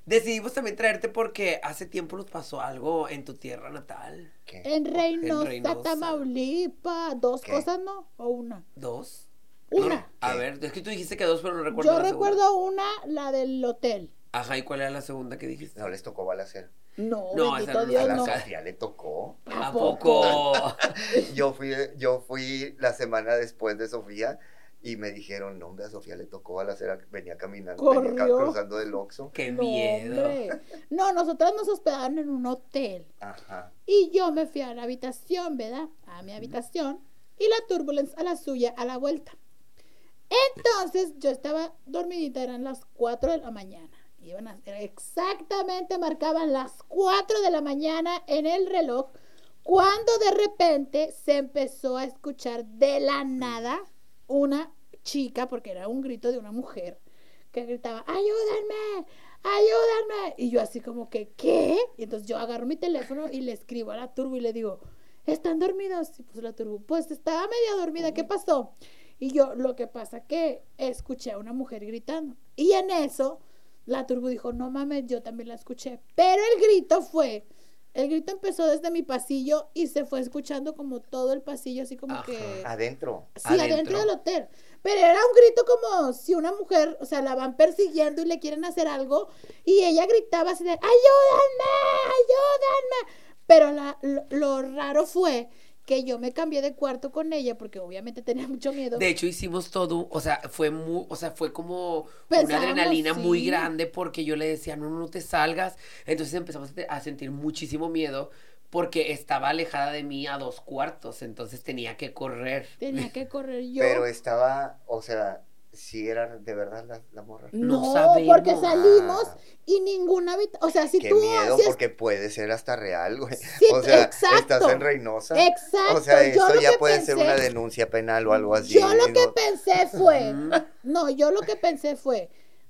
Decidimos también traerte porque hace tiempo nos pasó algo en tu tierra natal.
¿Qué?
En Reynosa,
Reynosa.
Tamaulipas. ¿Dos
¿Qué?
cosas no? ¿O una?
¿Dos?
Una.
A ver, es que tú dijiste que dos, pero no recuerdo.
Yo
la segunda.
recuerdo una, la del hotel.
Ajá, ¿y cuál era la segunda que dijiste?
No les tocó balacer.
No,
No,
bendito
esa no.
A
Dios,
la
no.
Sofía le tocó.
¿A poco?
Yo fui, yo fui la semana después de Sofía y me dijeron, no, hombre, a Sofía le tocó a la acera, venía caminando, venía ca-
Corrió.
cruzando del Oxxo.
¡Qué
No,
miedo!
hombre. No, nosotras nos hospedaron en un hotel.
Ajá.
Y yo me fui a la habitación, ¿verdad? A mi habitación. Y la Turbulence a la suya a la vuelta. Entonces yo estaba dormidita, eran las 4 de la mañana. Iban a, era exactamente marcaban las 4 de la mañana en el reloj. Cuando de repente se empezó a escuchar de la nada una chica, porque era un grito de una mujer, que gritaba, ayúdenme, ayúdenme. Y yo así como que, ¿qué? Y entonces yo agarro mi teléfono y le escribo a la turbo y le digo, ¿están dormidos? Y pues la turbo, pues estaba media dormida, ¿qué pasó? Y yo, lo que pasa que escuché a una mujer gritando. Y en eso, la turbo dijo, no mames, yo también la escuché. Pero el grito fue, el grito empezó desde mi pasillo y se fue escuchando como todo el pasillo, así como
Ajá.
que...
Adentro.
Sí, adentro.
Adentro.
del hotel. Pero era un grito como si una mujer, o sea, la van persiguiendo y le quieren hacer algo. Y ella gritaba así de, ayúdenme, ayúdenme. Pero la- lo, lo raro fue que yo me cambié de cuarto con ella porque obviamente tenía mucho miedo.
De hecho, hicimos todo, o sea, fue mu- o sea, fue como una
Pensábamos,
adrenalina muy
sí.
grande porque yo le decía, no, no te salgas. Entonces empezamos a te- a sentir muchísimo miedo porque estaba alejada de mí a dos cuartos, entonces tenía que correr.
Tenía que correr yo.
Pero estaba, o sea, si era de verdad la, la morra.
no,
no sabemos.
porque salimos
Ah.
y ninguna habitación, o sea, si
Qué
tú
miedo,
si es-
porque puede ser hasta real, güey.
Sí,
o sea,
exacto.
estás en Reynosa.
Exacto.
O sea,
yo
esto
lo
ya
que
puede ser
pensé-
una denuncia penal o algo así.
Yo lo
¿no?
que pensé fue,
Ujú.
no, yo lo que pensé fue,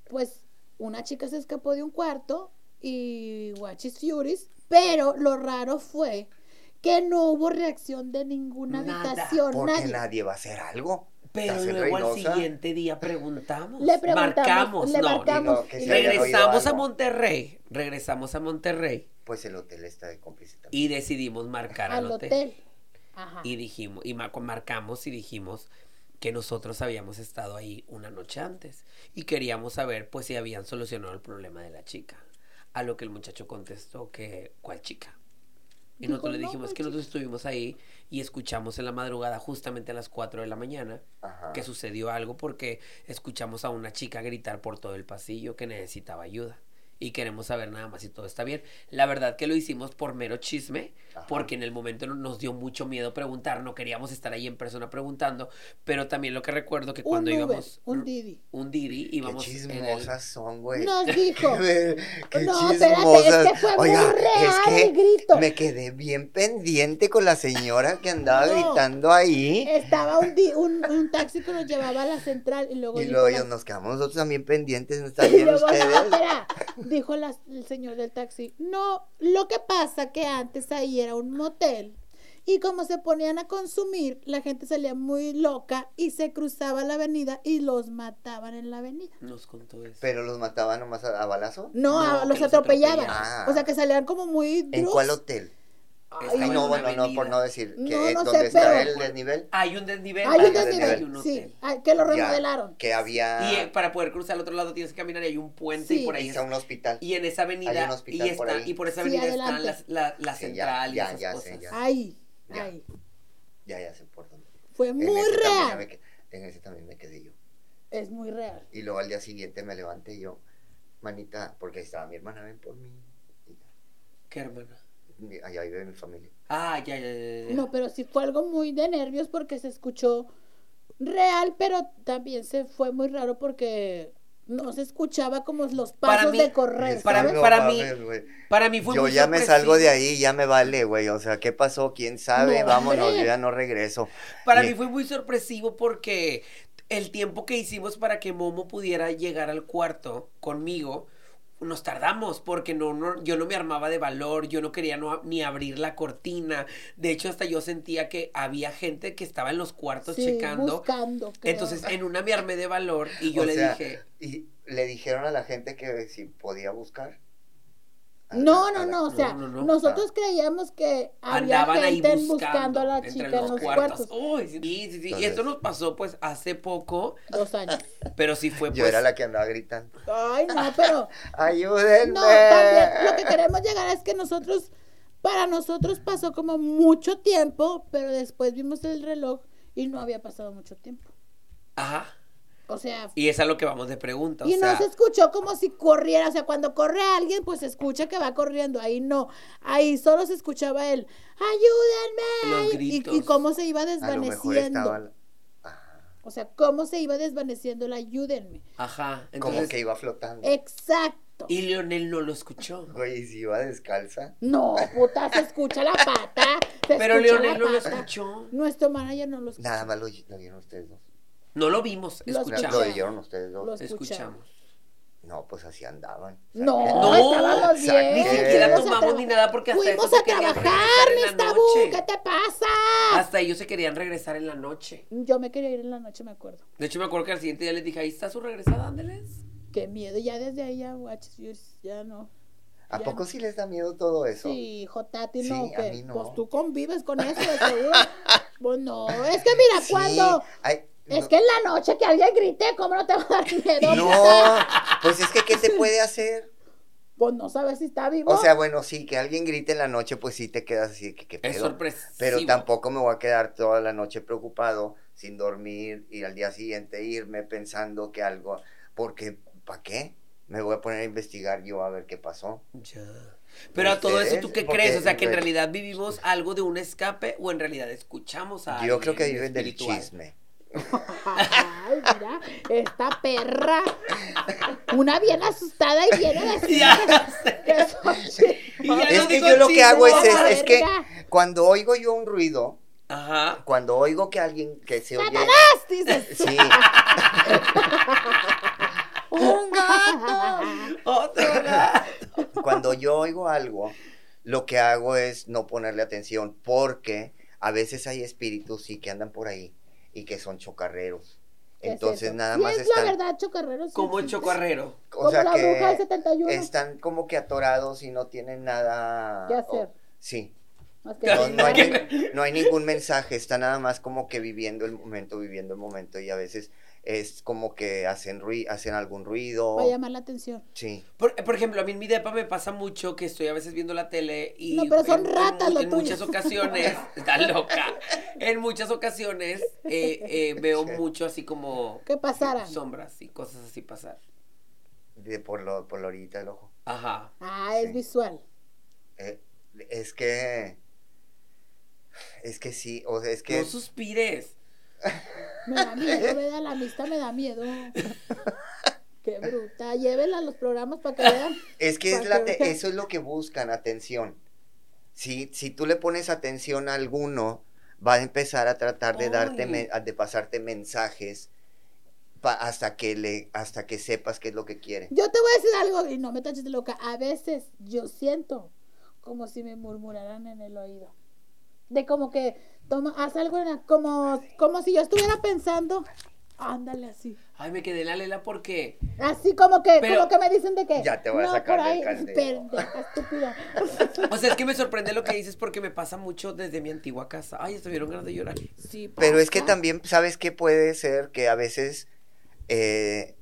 pues una chica se escapó de un cuarto y Watches Furies, pero lo raro fue que no hubo reacción de ninguna
Nada,
habitación,
Porque
nadie.
nadie va a hacer algo.
Pero
¿Estás en
luego al
Reynosa?
siguiente día preguntamos.
Le preguntamos,
Marcamos,
le
no,
marcamos.
no, que
y
se
le-
hayan oído
Regresamos a
algo.
Monterrey. Regresamos a Monterrey.
Pues el hotel está de cómplice también.
Y decidimos marcar al,
al
hotel.
hotel. Ajá.
Y dijimos, y mar- marcamos y dijimos que nosotros habíamos estado ahí una noche antes. Y queríamos saber pues si habían solucionado el problema de la chica. A lo que el muchacho contestó que, ¿cuál chica? Y
Dijo,
nosotros le
"No,
dijimos
¿cuál
que nosotros estuvimos ahí y escuchamos en la madrugada, justamente a las 4 de la mañana,
Ajá.
que sucedió algo porque escuchamos a una chica gritar por todo el pasillo que necesitaba ayuda. Y queremos saber nada más si todo está bien. La verdad que lo hicimos por mero chisme,
Ajá.
porque en el momento no- nos dio mucho miedo preguntar, no queríamos estar ahí en persona preguntando, pero también lo que recuerdo que
un
cuando
Uber,
íbamos
un Didi.
un Didi
Qué
íbamos en el-
chismosas son, güey.
Nos dijo.
Qué
No, espérate,
chismosas.
es que fue muy
Oiga,
real
es que
el grito.
me quedé bien pendiente con la señora que andaba
No. Eh,
gritando ahí.
Estaba un, di- un, un taxi que nos llevaba a la central y luego
Y
dijo
luego
la-
ellos nos quedamos nosotros también pendientes, ¿no están
y
bien
luego la
ustedes?
otra, dijo la- el señor del taxi, no, lo que pasa que antes ahí era un motel y como se ponían a consumir, la gente salía muy loca y se cruzaba la avenida y los mataban en la avenida.
nos contó eso.
Pero los mataban nomás a, a balazo.
No,
No,
a-
que
los
los
atropellaban.
atropellaban.
O sea, que salían como muy...
¿En
drus.
cuál hotel?
Estaba
Ay,
en
no,
una
bueno, no, por
avenida.
no decir que
No,
es
no sé,
donde está
pero-
el desnivel.
Ah. Hay un desnivel,
Hay un
Hay un
desnivel,
hay un hotel.
sí, ah, que lo
Ya,
remodelaron.
que había.
Y eh, para poder cruzar al otro lado tienes que caminar y hay un puente
Sí.
y por ahí
está
está
un hospital.
Y en esa
Hay
avenida,
un
y,
hospital
está,
por
por
ahí.
y por esa
Sí,
avenida
adelante.
están las, la, la
Sí, ya,
central
ya,
y esas
ya
cosas.
sé, ya.
Ahí,
Ya.
ahí.
Ya, ya sé por dónde.
Fue
En
muy
ese también ya
real.
me que- En ese también me quedé yo.
Es muy real.
Y luego al día siguiente me levanté y yo, manita, porque estaba mi hermana, ven por mí.
¿Qué hermana?
Y ahí- ahí vive mi familia.
Ah, ya, ya, ya. ya.
No, pero sí fue algo muy de nervios porque se escuchó real, pero también se fue muy raro porque no se escuchaba como los
Para
pasos
mí-
de correr.
para-
¿sabes?
No
para mí-
mames, güey.
Para mí fue
Yo
muy
ya me salgo de
sorpresivo.
ahí, ya me vale, güey. O sea, ¿qué pasó? ¿Quién sabe?
No,
Vámonos,
hombre.
yo ya no regreso.
Para
Y-
mí fue muy sorpresivo porque el tiempo que hicimos para que Momo pudiera llegar al cuarto conmigo, nos tardamos porque no, no- yo no me armaba de valor, yo no quería no, ni abrir la cortina. De hecho, hasta yo sentía que había gente que estaba en los cuartos
Sí,
checando.
buscando. creo.
Entonces, en una me armé de valor y yo
o
le
sea,
dije,
Y le dijeron a la gente que si podía buscar. A la-
no,
a
no,
la-
no, o sea,
no, no, no.
nosotros creíamos que había
andaban ahí
gente
buscando,
buscando a la
entre
chica en los cuartos.
Uy, sí, sí, sí. Y
Entonces-
esto nos pasó pues hace poco,
Dos años.
pero sí fue
Yo
pues...
era la que andaba gritando.
Ay, no, pero
¡Ayúdenme!
No, también lo que queremos llegar es que nosotros, para nosotros pasó como mucho tiempo, pero después vimos el reloj y no había pasado mucho tiempo.
Ajá.
O sea,
Y es a lo que vamos de pregunta. o
y no
sea,
se escuchó como si corriera. O sea, cuando corre alguien, pues se escucha que va corriendo. Ahí no. Ahí solo se escuchaba él, ayúdenme.
Los
Y- y-
gritos.
Y, cómo se iba
A lo mejor
desvaneciendo.
estaba. la- Ajá.
O sea, cómo se iba desvaneciendo el ayúdenme.
Ajá.
Como
Entonces,
que iba flotando.
eh, Exacto.
Y Leonel no lo escuchó.
Güey, ¿y si iba descalza.
No, puta, se escucha la pata. se
Pero
escucha la
Leonel no lo
pata.
escuchó.
Nuestro manager no los
Nada más lo, lo vieron ustedes dos.
No lo vimos,
Lo
Lo-
escuchamos.
Lo
escuchamos.
dijeron ustedes dos.
Los-
Escuchamos.
No, pues así andaban.
No,
No,
estábamos bien.
exacto.
Ni
Eh,
siquiera
fuimos a
tomamos
traba-
ni nada porque hasta
Fuimos
eso se
a
querían
trabajar,
regresar en
mis
la
tabú.
noche.
¿Qué te pasa?
Hasta ellos se querían regresar en la noche.
Yo me quería ir en la noche, me acuerdo.
De hecho, me acuerdo que al siguiente día les dije, ahí está su regresada, Ándeles.
Qué miedo. Ya desde ahí ya, guachis, yo ya no.
¿A
Ya.
poco sí les da miedo todo eso?
Sí, Jotati, no,
Sí, a
que
mí no.
pues tú convives con eso, de seguro. pues no, es que mira,
Sí.
cuando.
Ay,
Es
no-
que en la noche que alguien grite, ¿cómo no te va a dar miedo?
No, pues es que ¿qué se puede hacer?
Pues no sabes si está vivo.
O sea, bueno, sí, que alguien grite en la noche, pues sí te quedas así, que qué
Es
pedo.
sorpresivo.
Pero tampoco me voy a quedar toda la noche preocupado, sin dormir, y al día siguiente irme pensando que algo, porque ¿para qué? Me voy a poner a investigar yo a ver qué pasó.
Ya. Pero a todo eso, ¿tú qué
Ustedes, porque-
crees? O sea, que en
ve-
realidad vivimos algo de un escape o en realidad escuchamos a
Yo
alguien
creo que viven del
espiritual.
chisme.
Ay, mira, esta perra. Una bien asustada y bien
Ya sé. Y ya
Es
no
que
digo
yo lo que hago es,
chismosa.
es- es que
Verga.
cuando oigo yo un ruido,
Ajá.
cuando oigo que alguien que se oye... Sí,
¡Un gato!
Otro lado.
cuando yo oigo algo, lo que hago es no ponerle atención porque a veces hay espíritus sí que andan por ahí y que son chocarreros.
¿Qué es
Entonces
eso?
nada
Sí,
más
es
están...
la verdad, chocarrero. sí,
Como
sí.
chocarrero.
o
Como
sea
la
que
bruja del 71.
están como que atorados y no tienen nada...
¿Qué hacer?
o- sí,
Más que
no, no hay,
bailar.
ni- no hay ningún mensaje, está nada más como que viviendo el momento, viviendo el momento y a veces es como que hacen, rui- hacen algún ruido.
Va a llamar la atención.
Sí.
Por, por ejemplo, a mí en mi depa me pasa mucho que estoy a veces viendo la tele y.
No, pero son
en- en
ratas
mu-
lo
En
tuyo.
muchas ocasiones. está loca. En muchas ocasiones eh, eh, veo
Sí.
mucho así como.
¿Qué pasara?
Sombras y cosas así pasar.
De por, lo, por la orillita del ojo.
Ajá.
Ah, es
Sí.
visual.
Eh, es que. Es que sí, o sea, es que.
No suspires.
Me da miedo, me da la amistad, me da miedo. Qué bruta. Llévenla a los programas para que vean.
Es que es
Para
la
que
te-
vean.
eso es lo que buscan, atención. Si, si tú le pones atención a alguno, va a empezar a tratar de darte
Ay.
me- de pasarte mensajes pa- hasta que le hasta que sepas qué es lo que quiere.
Yo te voy a decir algo y no me taches de loca. A veces yo siento como si me murmuraran en el oído. De como que toma, haz algo en la- como, como si yo estuviera pensando. Ándale así.
Ay, me quedé en la lela porque.
Así como que,
Pero-
como que me dicen de que.
Ya te voy a
no,
sacar
por
del
ahí,
caldero.
pendeja, estúpida.
O sea, es que me sorprende lo que dices porque me pasa mucho desde mi antigua casa. Ay, estuvieron ganas de llorar.
Sí,
Pero es que
pasa.
también, ¿sabes qué puede ser? Que a veces eh,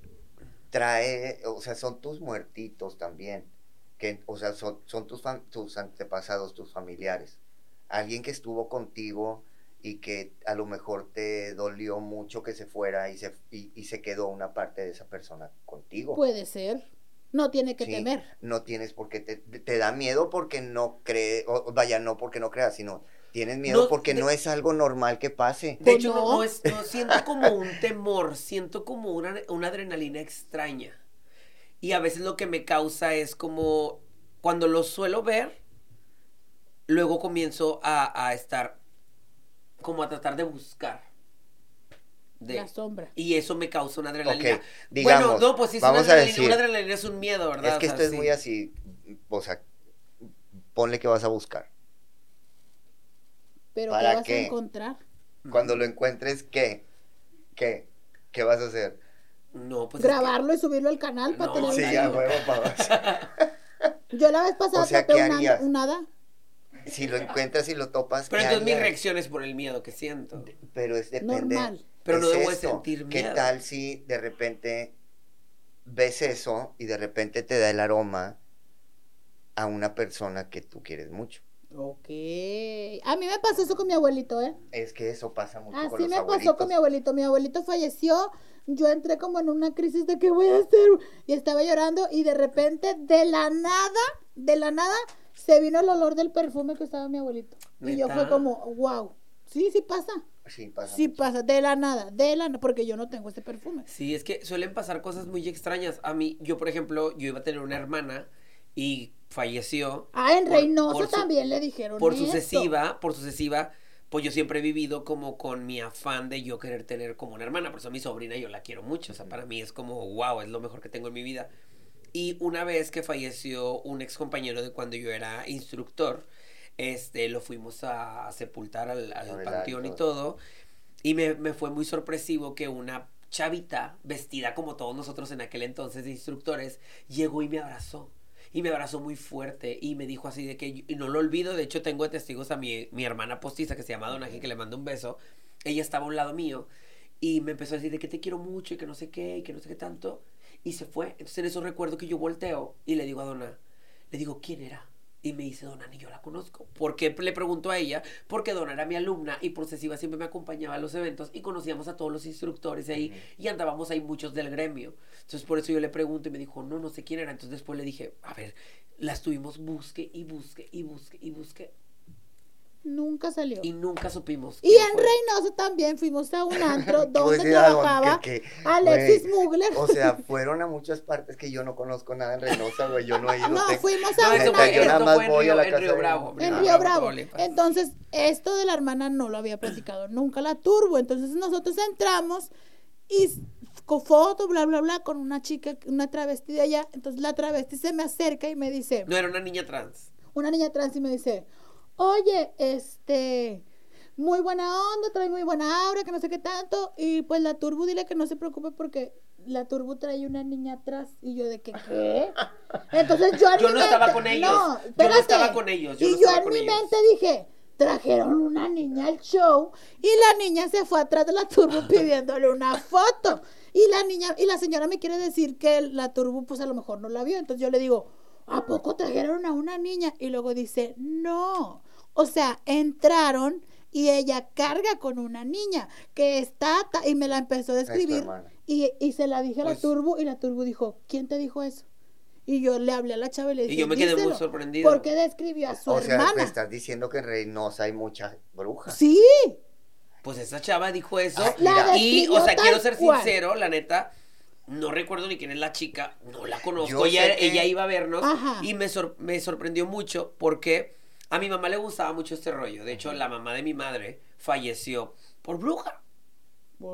trae, o sea, son tus muertitos también, que, o sea, son, son tus, fam- tus antepasados, tus familiares. Alguien que estuvo contigo y que a lo mejor te dolió mucho que se fuera y se, y, y se quedó una parte de esa persona contigo.
Puede ser. No tiene que
Sí,
temer.
No tienes por qué, te, te da miedo porque no cree, o, vaya, no porque no creas, sino tienes miedo
No,
porque
de-
no es algo normal que pase.
De
Pues
hecho, no,
no.
no es, no siento como un temor, siento como una, una adrenalina extraña. Y a veces lo que me causa es como cuando lo suelo ver, luego comienzo a, a estar como a tratar de buscar. De-
La sombra.
y eso me causa una adrenalina.
Ok, digamos,
bueno, no, pues sí, es
vamos
una,
a
adrenalina,
decir-
una adrenalina es un miedo, ¿verdad?
Es que
O sea,
esto es
sí.
muy así, o sea, ponle que vas a buscar.
Pero
¿Para
¿qué vas
qué?
a encontrar?
Cuando lo encuentres, ¿qué? ¿Qué? ¿Qué vas a hacer?
No, pues. es que-
Grabarlo y subirlo al canal para
No,
tener
Sí,
una-
a huevo, papá.
Yo la vez pasada
O sea,
atrapé
¿qué
un
harías?
hada- un hada.
Si lo encuentras y lo topas,
Pero
¿qué
entonces mi
harías?
reacción es por el miedo que siento.
Pero es depende.
Normal.
Pero no
es
debo de
esto.
sentir miedo.
¿Qué tal si de repente ves eso y de repente te da el aroma a una persona que tú quieres mucho?
Ok. A mí me pasó eso con mi abuelito, ¿eh?
Es que eso pasa mucho con
Así
los
Ah, me pasó
abuelitos.
con mi abuelito. Mi abuelito falleció. Yo entré como en una crisis de qué voy a hacer. Y estaba llorando y de repente, de la nada, de la nada, se vino el olor del perfume que usaba mi abuelito. Y yo
¿Neta?
fue como, wow. Sí, sí pasa.
Sí, pasa
Sí
mucho.
pasa. De la nada. De la nada. Porque yo no tengo ese perfume.
Sí, es que suelen pasar cosas muy extrañas. A mí, yo por ejemplo, yo iba a tener una hermana y falleció.
Ah, en
Por-
Reynoso
por su-
también le dijeron
Por
esto.
sucesiva, por sucesiva, pues yo siempre he vivido como con mi afán de yo querer tener como una hermana. Por eso mi sobrina yo la quiero mucho. O sea, para mí es como, wow, es lo mejor que tengo en mi vida. Y una vez que falleció un ex compañero de cuando yo era instructor, este, lo fuimos a, a sepultar al, al
Novedad y
panteón y
todo.
todo. Y me, me fue muy sorpresivo que una chavita, vestida como todos nosotros en aquel entonces de instructores, llegó y me abrazó. Y me abrazó muy fuerte y me dijo así de que, y no lo olvido, de hecho tengo de testigos a mi, mi hermana postiza que se llama Donaje, que le mando un beso. Ella estaba a un lado mío y me empezó a decir de que te quiero mucho y que no sé qué y que no sé qué tanto. Y se fue. Entonces en eso recuerdo que yo volteo y le digo a Dona, le digo, ¿quién era? Y me dice, Dona, ni yo la conozco. ¿Por qué? Le pregunto a ella, porque Dona era mi alumna y por sesiva siempre me acompañaba a los eventos y conocíamos a todos los instructores ahí y andábamos ahí muchos del gremio. Entonces por eso yo le pregunto y me dijo, no, no sé quién era. Entonces después le dije, a ver, la estuvimos busque y busque y busque y busque
Nunca salió.
y nunca supimos.
Y
quién
en
fue.
Reynoso también fuimos a un antro donde
Pues, mira, don-
trabajaba
que- que,
Alexis
güey,
Mugler.
O sea, fueron a muchas partes que yo no conozco nada en Reynosa, güey. Yo no he ido.
no,
tengo-
fuimos
No,
a
eso
Neta,
un
fue,
yo
antro
nada
esto
más
fue en
voy a
Río-
la
en
casa
Río
de-
Bravo.
en
en
Ah,
Río Bravo.
Tamaulipas.
Entonces, esto de la hermana no lo había platicado nunca la turbo. Entonces nosotros entramos y s- con foto, bla, bla, bla, con una chica, una travesti de allá. Entonces la travesti se me acerca y me dice,
No era una niña trans.
una niña trans y me dice, oye, este, muy buena onda, trae muy buena aura, que no sé qué tanto. Y pues la Turbo, dile que no se preocupe porque la Turbo trae una niña atrás. Y yo de que, ¿qué? Entonces yo en
Yo
mi
no estaba
mente-
con ellos.
No,
Yo no
espérate.
estaba con ellos, yo
y
no
yo
estaba
en
con
mi
ellos.
mente dije, trajeron una niña al show y la niña se fue atrás de la Turbo pidiéndole una foto. Y la niña, y la señora me quiere decir que la Turbo pues a lo mejor no la vio. Entonces yo le digo, ¿a poco trajeron a una niña? Y luego dice, no. O sea, entraron y ella carga con una niña que es Tata y me la empezó a describir.
hermana.
Y, y se la dije a la
Pues-
Turbo y la Turbo dijo, ¿quién te dijo eso? Y yo le hablé a la chava y le dije,
yo me quedé muy
"Díselo,
sorprendido".
¿Por qué describió a su
O sea,
hermana?
me estás diciendo que en Reynosa hay muchas brujas.
Sí,
Pues esa chava dijo eso.
Ah.
La
y,
describió
o sea,
tal
quiero ser
cual.
sincero, la neta. No recuerdo ni quién es la chica, no la
Yo
conozco.
sé
Ella,
que-
ella iba a vernos
Ajá.
y me, sor- me sorprendió mucho porque a mi mamá le gustaba mucho este rollo. De hecho, la mamá de mi madre falleció por bruja.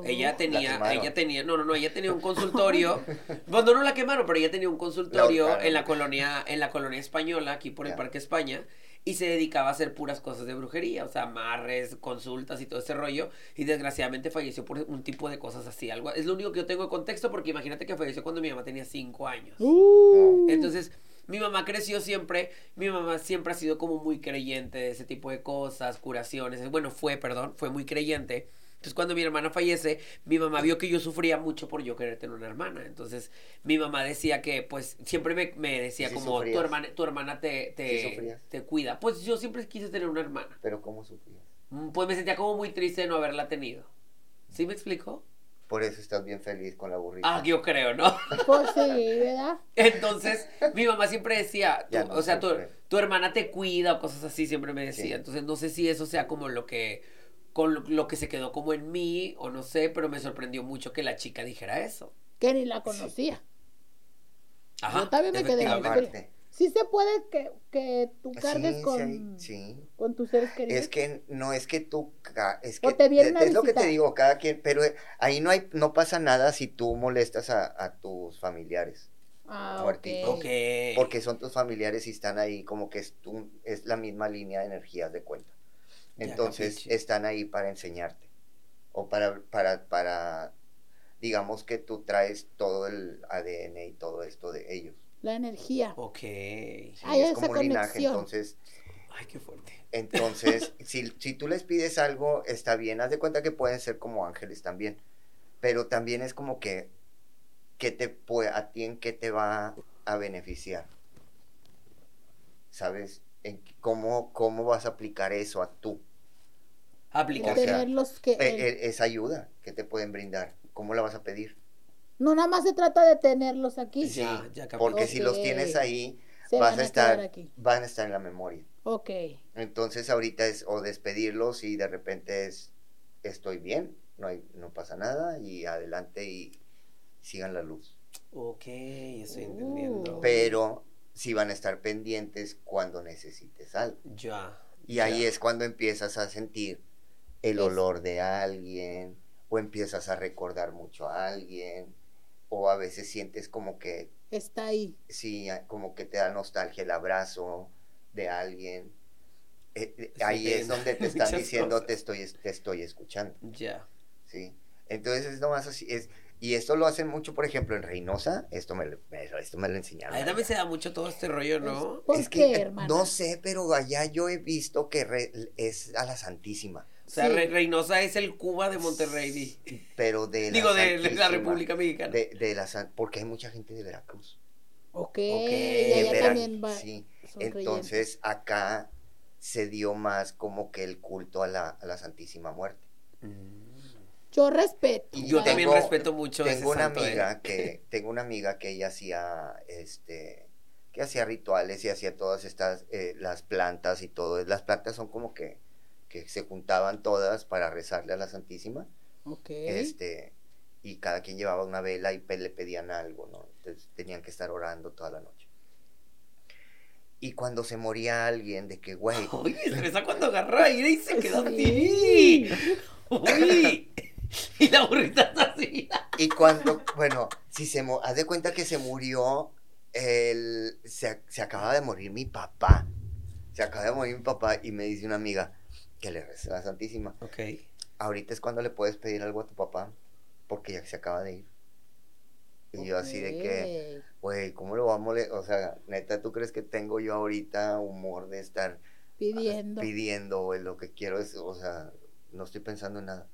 Ella tenía,
Pues, quemaron.
ella tenía, no, no, no, ella tenía un consultorio. bueno, no la quemaron, pero ella tenía un consultorio
La ahorcaron.
en la colonia, en la colonia española, aquí por el
Ya.
Parque España, y se dedicaba a hacer puras cosas de brujería, o sea, amarres, consultas y todo ese rollo. Y desgraciadamente falleció por un tipo de cosas así. Algo, es lo único que yo tengo de contexto, porque imagínate que falleció cuando mi mamá tenía cinco años.
Mm.
Uh.
Entonces, mi mamá creció siempre, mi mamá siempre ha sido como muy creyente de ese tipo de cosas, curaciones, bueno, fue, perdón, fue muy creyente. Entonces, cuando mi hermana fallece, mi mamá vio que yo sufría mucho por yo querer tener una hermana. Entonces, mi mamá decía que, pues, siempre me, me decía
Sí
como, tu
sufrías.
hermana, tu hermana te,
Sí
te,
sufrías.
te cuida. Pues yo siempre quise tener una hermana.
Pero ¿cómo sufrías?
Mm, Pues me sentía como muy triste de no haberla tenido. ¿Sí me explico?
Por eso estás bien feliz con la burrita.
Ah, yo creo, ¿no?
Pues sí, ¿verdad?
Entonces, mi mamá siempre decía, tú-
Ya no
o sea, tu,
sufre.
tu hermana te cuida o cosas así, siempre me decía.
Sí.
Entonces, no sé si eso sea como lo que, con lo, lo que se quedó como en mí o no sé, pero me sorprendió mucho que la chica dijera eso.
Que ni la conocía.
Ajá.
Yo también me quedé en
efectivamente.
frío.
Aparte.
Sí se puede que, que tú cargues
Sí,
con,
sí, sí.
con tus seres queridos.
Es que no es que tú, ca- es que
O te vienen a
es lo que te
visitar.
digo, cada quien, pero ahí no hay, no pasa nada si tú molestas a, a tus familiares,
Ah,
Fuertito.
ok.
Ok.
porque son tus familiares y están ahí como que es, tu- es la misma línea de energías de cuenta.
Ya,
Entonces
capiche.
están ahí para enseñarte o para, para, para, digamos que tú traes todo el ADN y todo esto de ellos.
La energía.
Ok.
Sí,
Hay
es
esa
como un linaje,
conexión.
entonces
Ay, qué fuerte.
Entonces, si, si tú les pides algo, está bien. Haz de cuenta que pueden ser como ángeles también. Pero también es como que, que te pue- a ti en qué te va a beneficiar. ¿Sabes? En qué- cómo, ¿Cómo vas a aplicar eso a tú?
El
Aplicación.
sea,
tener los que. el-
E- e- esa ayuda que te pueden brindar. ¿Cómo la vas a pedir?
No nada más se trata de tenerlos aquí.
Sí. Ya, ya capté.
Porque si los
Ok.
tienes ahí,
Se
vas
van
a
a
estar,
quedar aquí.
van a estar en la memoria.
Ok.
Entonces ahorita es o despedirlos y de repente es estoy bien, no hay, no pasa nada y adelante y sigan la luz.
Ok, estoy
Uh.
entendiendo.
Pero si van a estar pendientes cuando necesites algo.
Ya.
Y
ya.
ahí es cuando empiezas a sentir el
Es-
olor de alguien o empiezas a recordar mucho a alguien o a veces sientes como que
Está ahí.
sí, a- como que te da nostalgia el abrazo de alguien. Eh, eh,
Estoy
ahí es
teniendo
donde te están
muchas
diciendo
cosas.
te estoy, es- te estoy escuchando,
Ya.
¿sí? Entonces es nomás así, es, y esto lo hacen mucho, por ejemplo, en Reynosa, esto me, lo- me lo- esto me lo enseñaron.
Ahí
allá.
también se da mucho todo este rollo, ¿no?
¿Por
Es
qué,
que eh,
hermana?
no sé, pero allá yo he visto que re- es a la Santísima,
O sea,
Sí.
Re- Reynosa es el Cuba de Monterrey. di.
pero de la
Digo, de, de la
Santísima,
República Mexicana.
De, de la San- porque hay mucha gente de Veracruz.
Ok.
Ok,
Y
de
allá
Veracruz,
Eh, también va.
sí.
son creyentes.
Entonces acá se dio más como que el culto a la, a la Santísima Muerte.
Mm. Yo respeto.
Y
Yo
Cada-
también
tengo-
respeto mucho ese
tengo una
santo, ¿eh?
amiga que tengo una amiga que ella hacía este que hacía rituales y hacía todas estas eh, las plantas y todo. Las plantas son como que que se juntaban todas para rezarle a la Santísima,
Ok.
este y cada quien llevaba una vela y pe- le pedían algo, ¿no? Entonces tenían que estar orando toda la noche. Y cuando se moría alguien de que güey,
Uy, estresa cuando agarra aire y se queda
Sí.
así. Uy. Y la burrita está así.
Y cuando, bueno, si se mu- haz de cuenta que se murió, el, se, se acaba de morir mi papá. Se acaba de morir mi papá y me dice una amiga, que le reces a la Santísima.
Ok.
Ahorita es cuando le puedes pedir algo a tu papá, porque ya se acaba de ir. Y yo así de que, güey, ¿cómo lo vamos a mole-?" O sea, neta, ¿tú crees que tengo yo ahorita humor de estar
Pidiendo.
pidiendo, güey? Lo que quiero es, o sea, no estoy pensando en nada.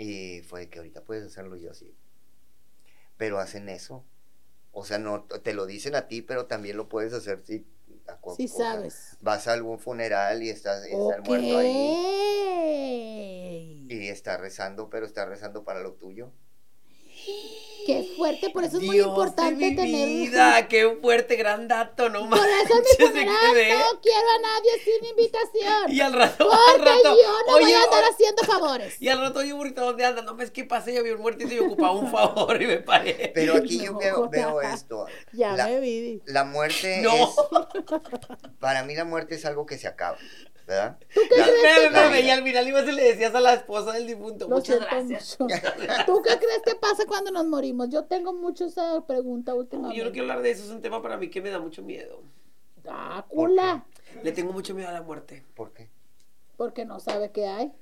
Y fue de que ahorita puedes hacerlo y yo así. Pero hacen eso. O sea, no te lo dicen a ti, pero también lo puedes hacer si, a cu-
Sí
o sea,
sabes.
Vas a algún funeral y estás, y está el
Ok.
muerto ahí. Y está rezando, pero está rezando para lo tuyo.
Qué fuerte, por eso es muy
Dios de
importante
mi
tener.
vida, qué fuerte, gran dato, no
Por eso en mi
manches, me
funeral
quedé.
no quiero a nadie sin invitación.
Y al rato, al
porque
rato.
yo no voy
oye,
a andar
o-
haciendo favores.
Y al rato, oye, burrito, ¿dónde andas? No, es que pasé, yo vi un muertito y ocupaba un favor y me paré.
Pero aquí yo
No.
veo, veo esto.
Ya
la,
me vi.
la muerte
No.
es. Para mí, la muerte es algo que se acaba, ¿verdad?
Ya,
La-
espérame,
la
espérame,
vida.
y al final ibas y le decías a la esposa del difunto,
Lo
muchas
siento
gracias.
mucho. ¿Tú qué crees que pasa cuando nos morimos? Yo tengo mucho esa pregunta últimamente.
Yo no quiero hablar de eso, es un tema para mí que me da mucho miedo.
Ah, cula.
Le tengo mucho miedo a la muerte.
¿Por qué?
Porque no sabe qué hay.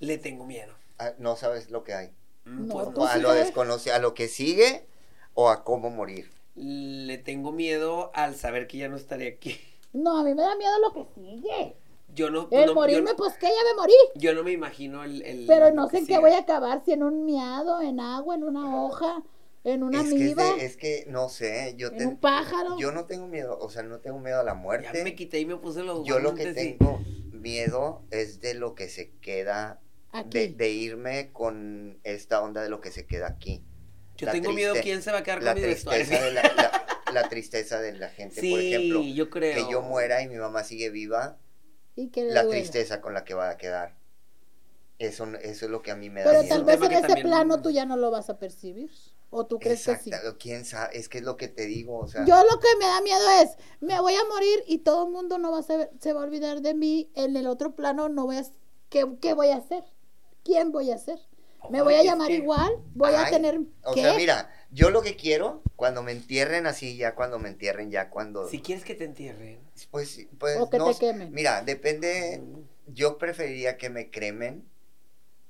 Le tengo miedo.
Ah, no sabes lo que hay.
Mm,
No,
pues
tú-
no.
A
sí
lo
sabes?
desconoce, a lo que sigue o a cómo morir.
Le tengo miedo al saber que ya no estaré aquí.
No, a mí me da miedo lo que sigue.
Yo no.
El
no-
morirme,
yo, no-
pues que ya me morí.
yo no me imagino el. el-
Pero
lo
no sé
que
en qué
sigue.
voy a acabar, si en un miado, en agua, en una hoja, en una
es, que es,
amiba,
de- es que no sé, yo,
en
ten-
un pájaro.
yo no tengo miedo, o sea, no tengo miedo a la
Ya
muerte.
me quité y me puse los
Yo lo que
guantes y-
tengo miedo es de lo que se queda,
aquí.
de, de irme con esta onda de lo que se queda aquí.
Yo
la
tengo miedo
triste-
quién se va a quedar
La
con mis vestuarios.
tristeza, de la, la- la tristeza de la gente,
Sí,
por ejemplo.
yo creo.
Que yo muera y mi mamá sigue viva,
y que le
la
duela.
tristeza con la que va a quedar. Eso, eso es lo que a mí me da
Pero
miedo.
tal
un
vez
tema
en
que
ese
también-
plano tú ya no lo vas a percibir. ¿O tú crees que sí?
Exacta, quién sabe, es que es lo que te digo, o sea,
Yo lo que me da miedo es, me voy a morir y todo el mundo no va a saber- se va a olvidar de mí. En el otro plano no voy a... ¿Qué, qué voy a hacer? ¿Quién voy a hacer? ¿Me voy a
Ay, es
llamar
que-
igual? ¿Voy a
ay,
tener
o
qué?
sea, mira, yo lo que quiero cuando me entierren así ya cuando me entierren ya cuando
Si quieres que te entierren.
pues sí, pues
O que
no
te quemen.
mira, depende
Mm.
yo preferiría que me cremen,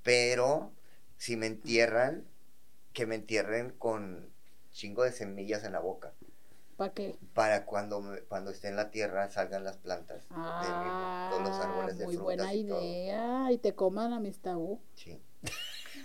pero si me entierran que me entierren con chingo de semillas en la boca
¿Para qué?
para cuando me- cuando esté en la tierra salgan las plantas de mi-
Ah,
todos los árboles de
muy
frutas
buena
y todo.
idea. Y te coman a mis tabú.
Sí.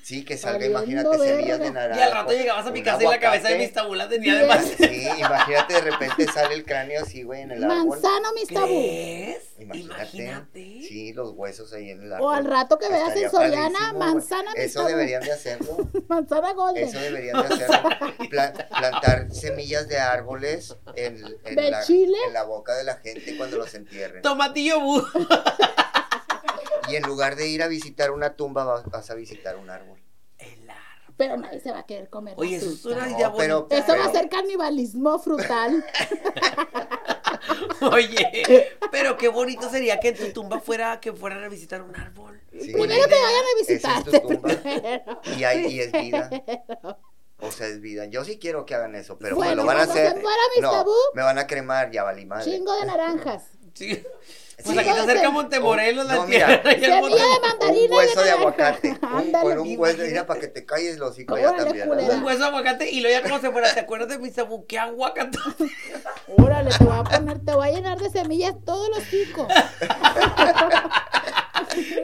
Sí, que salga,
Valiendo
imagínate, semillas de
verga.
naranja.
Y al rato llegabas a mi
un
casa y la cabeza de
aguacate.
mis tabulas tenía
Bien.
además.
Sí, imagínate, de repente sale el cráneo así, güey, en el árbol.
Manzano mis tabú.
¿Crees?
Imagínate. Sí, los huesos ahí en el árbol.
O al rato que veas en
Estaría
Soriana,
padrísimo,
manzana
güey.
mis
Eso
tabú.
deberían de hacerlo.
Manzana golden.
Eso deberían de hacerlo. Pla- plantar semillas de árboles en, en
¿De
la,
chile?
en la boca de la gente cuando los entierren.
Tomatillo bu.
Y en lugar de ir a visitar una tumba, vas, vas a visitar un árbol.
El árbol.
Pero nadie se va a querer comer. la
Oye, eso es
fruta.
una
No,
idea
pero-
bonita.
Eso va a ser canibalismo frutal.
Oye, pero qué bonito sería que en tu tumba fuera que fueran a visitar un árbol.
Sí.
Primero que vayan a
Esa es
visitarte.
tu tumba.
primero.
Y, hay, y es vida. O sea, es vida. Yo sí quiero que hagan eso, pero
Bueno,
me lo van a
cuando se
hacer.
muera mi
no,
tabú.
me van a cremar, ya valí madre.
Chingo de naranjas.
Sí. Pues
Sí.
aquí te acerca Montemorelos,
No,
la
mira.
tierra y el
Semilla
monte.
de mandarina.
un
y
hueso de
naranja.
aguacate. Un,
Ándale.
con un hueso, mira, para que te calles los hocico ya
Órale,
también.
culera.
Un hueso de aguacate y luego ya como se fuera, ¿te acuerdas de mis abu? ¡Qué aguacate!
Órale, te voy a poner, te voy a llenar de semillas todos los chicos.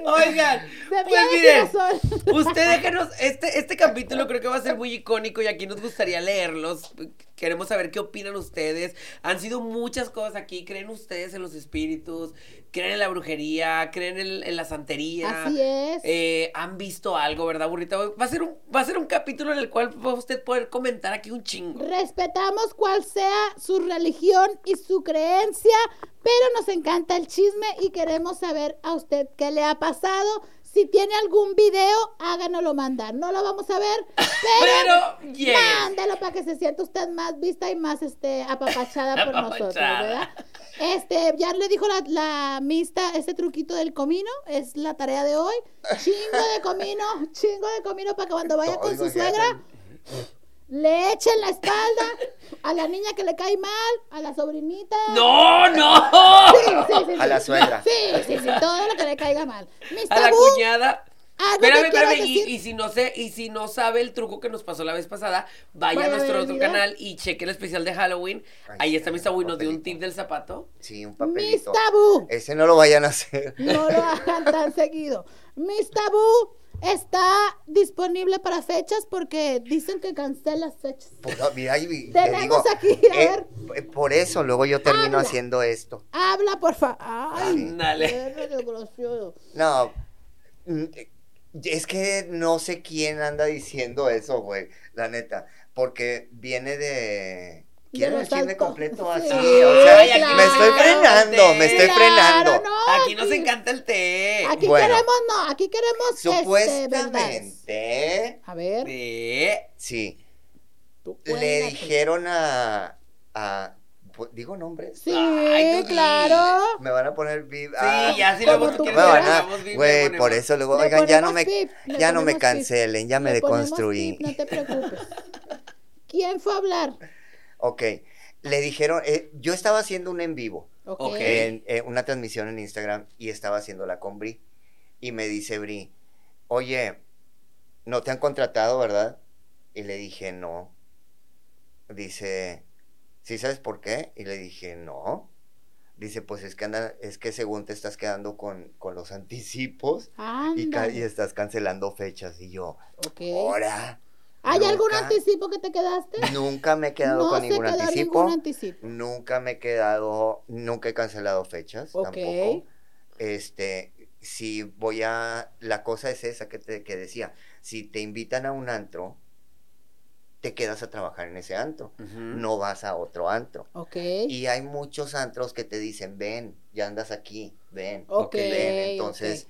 Oigan,
Semilla
pues
de
miren,
girasol.
Usted déjenos, este, este capítulo creo que va a ser muy icónico y aquí nos gustaría leerlos. Queremos saber qué opinan ustedes. Han sido muchas cosas aquí. ¿Creen ustedes en los espíritus? ¿Creen en la brujería? ¿Creen en, en la santería?
Así es.
Eh, ¿Han visto algo, verdad, burrita? Va a, ser un, va a ser un capítulo en el cual va usted poder comentar aquí un chingo.
Respetamos cuál sea su religión y su creencia, pero nos encanta el chisme y queremos saber a usted qué le ha pasado. Si tiene algún video, háganoslo mandar. No lo vamos a ver, pero
Pero, yeah.
mándelo para que se sienta usted más vista y más este apapachada por nosotros,
Apapachada.
¿verdad? Este, ya le dijo la, la mista, este truquito del comino, es la tarea de hoy. Chingo de comino, chingo de comino para que cuando vaya
Todo,
con su
imagínate.
suegra le echen la espalda a la niña que le cae mal, a la sobrinita.
¡No, no!
Sí, sí, sí, sí.
A la suegra.
Sí, sí, sí, todo lo que le caiga mal. Mis
A la
tabú,
cuñada.
algo que
Espérame,
Ah, quieras
espérame, y,
decir.
y si no sé, y si no sabe el truco que nos pasó la vez pasada, vaya a
Vaya a ver
nuestro
el
otro
video.
canal y cheque el especial de Halloween.
Ay,
Ahí
sí,
está mi abuelos nos dio un
papelito.
tip del zapato.
Sí, un
Mis
papelito.
tabú.
Ese no lo vayan a hacer.
No lo hagan tan seguido. Mis tabú está disponible para fechas porque dicen que cancela las fechas.
Pues, ah, mira, y- te
Tenemos
digo,
aquí, a Ah,
eh, por eso luego yo termino
Habla.
haciendo esto.
Habla, por favor. Ay,
Ándale.
qué desgraciado.
No, mm, eh, es que no sé quién anda diciendo eso, güey, la neta, porque viene de... ¿Quieren
los
el chisme
altos.
completo así?
Sí,
o sea,
Ay, aquí
me estoy
claro,
frenando, me estoy
Claro,
frenando.
no,
Aquí nos encanta el té.
Aquí
Bueno.
queremos, no, aquí queremos este, verdades.
Supuestamente,
A ver,
Té.
sí,
tú
le
cuélgate.
dijeron a... a- pu- ¿Digo nombres.
Sí,
Ay, tú
claro.
Me van a poner... vi-
Sí,
ah,
ya si
como
luego tú
tú
quieres
Me
quieras.
que
van
le
a-
hagamos bien, le
Güey,
ponemos.
por eso luego,
Le
oigan, ya no
ponemos
me,
pip, le
ya no me
ponemos pip.
cancelen, ya me
Le ponemos
deconstruí.
pip, No te preocupes. ¿Quién fue a hablar?
Ok, le dijeron, eh, yo estaba haciendo un en vivo,
Ok.
Ok.
en, eh, una transmisión en Instagram, y estaba haciéndola con Bri. Y me dice Bri, oye, no te han contratado, ¿verdad? Y le dije, no. Dice, ¿sí sabes por qué? Y le dije, no. Dice, pues es que anda, es que según te estás quedando con, con los anticipos y, ca-
Anda.
y estás cancelando fechas. Y yo,
Ok.
Ahora.
¿Hay
nunca-
algún anticipo que te quedaste?
Nunca me he quedado
No
con
se
ningún
quedó
anticipo.
ningún anticipo.
Nunca me he quedado, nunca he cancelado fechas
Ok.
tampoco. Este, si voy a, la cosa es esa que te que decía, si te invitan a un antro, te quedas a trabajar en ese antro,
Ujú.
no vas a otro antro.
Ok.
Y hay muchos antros que te dicen, ven, ya andas aquí, ven,
Ok,
ven.
ok.
Entonces,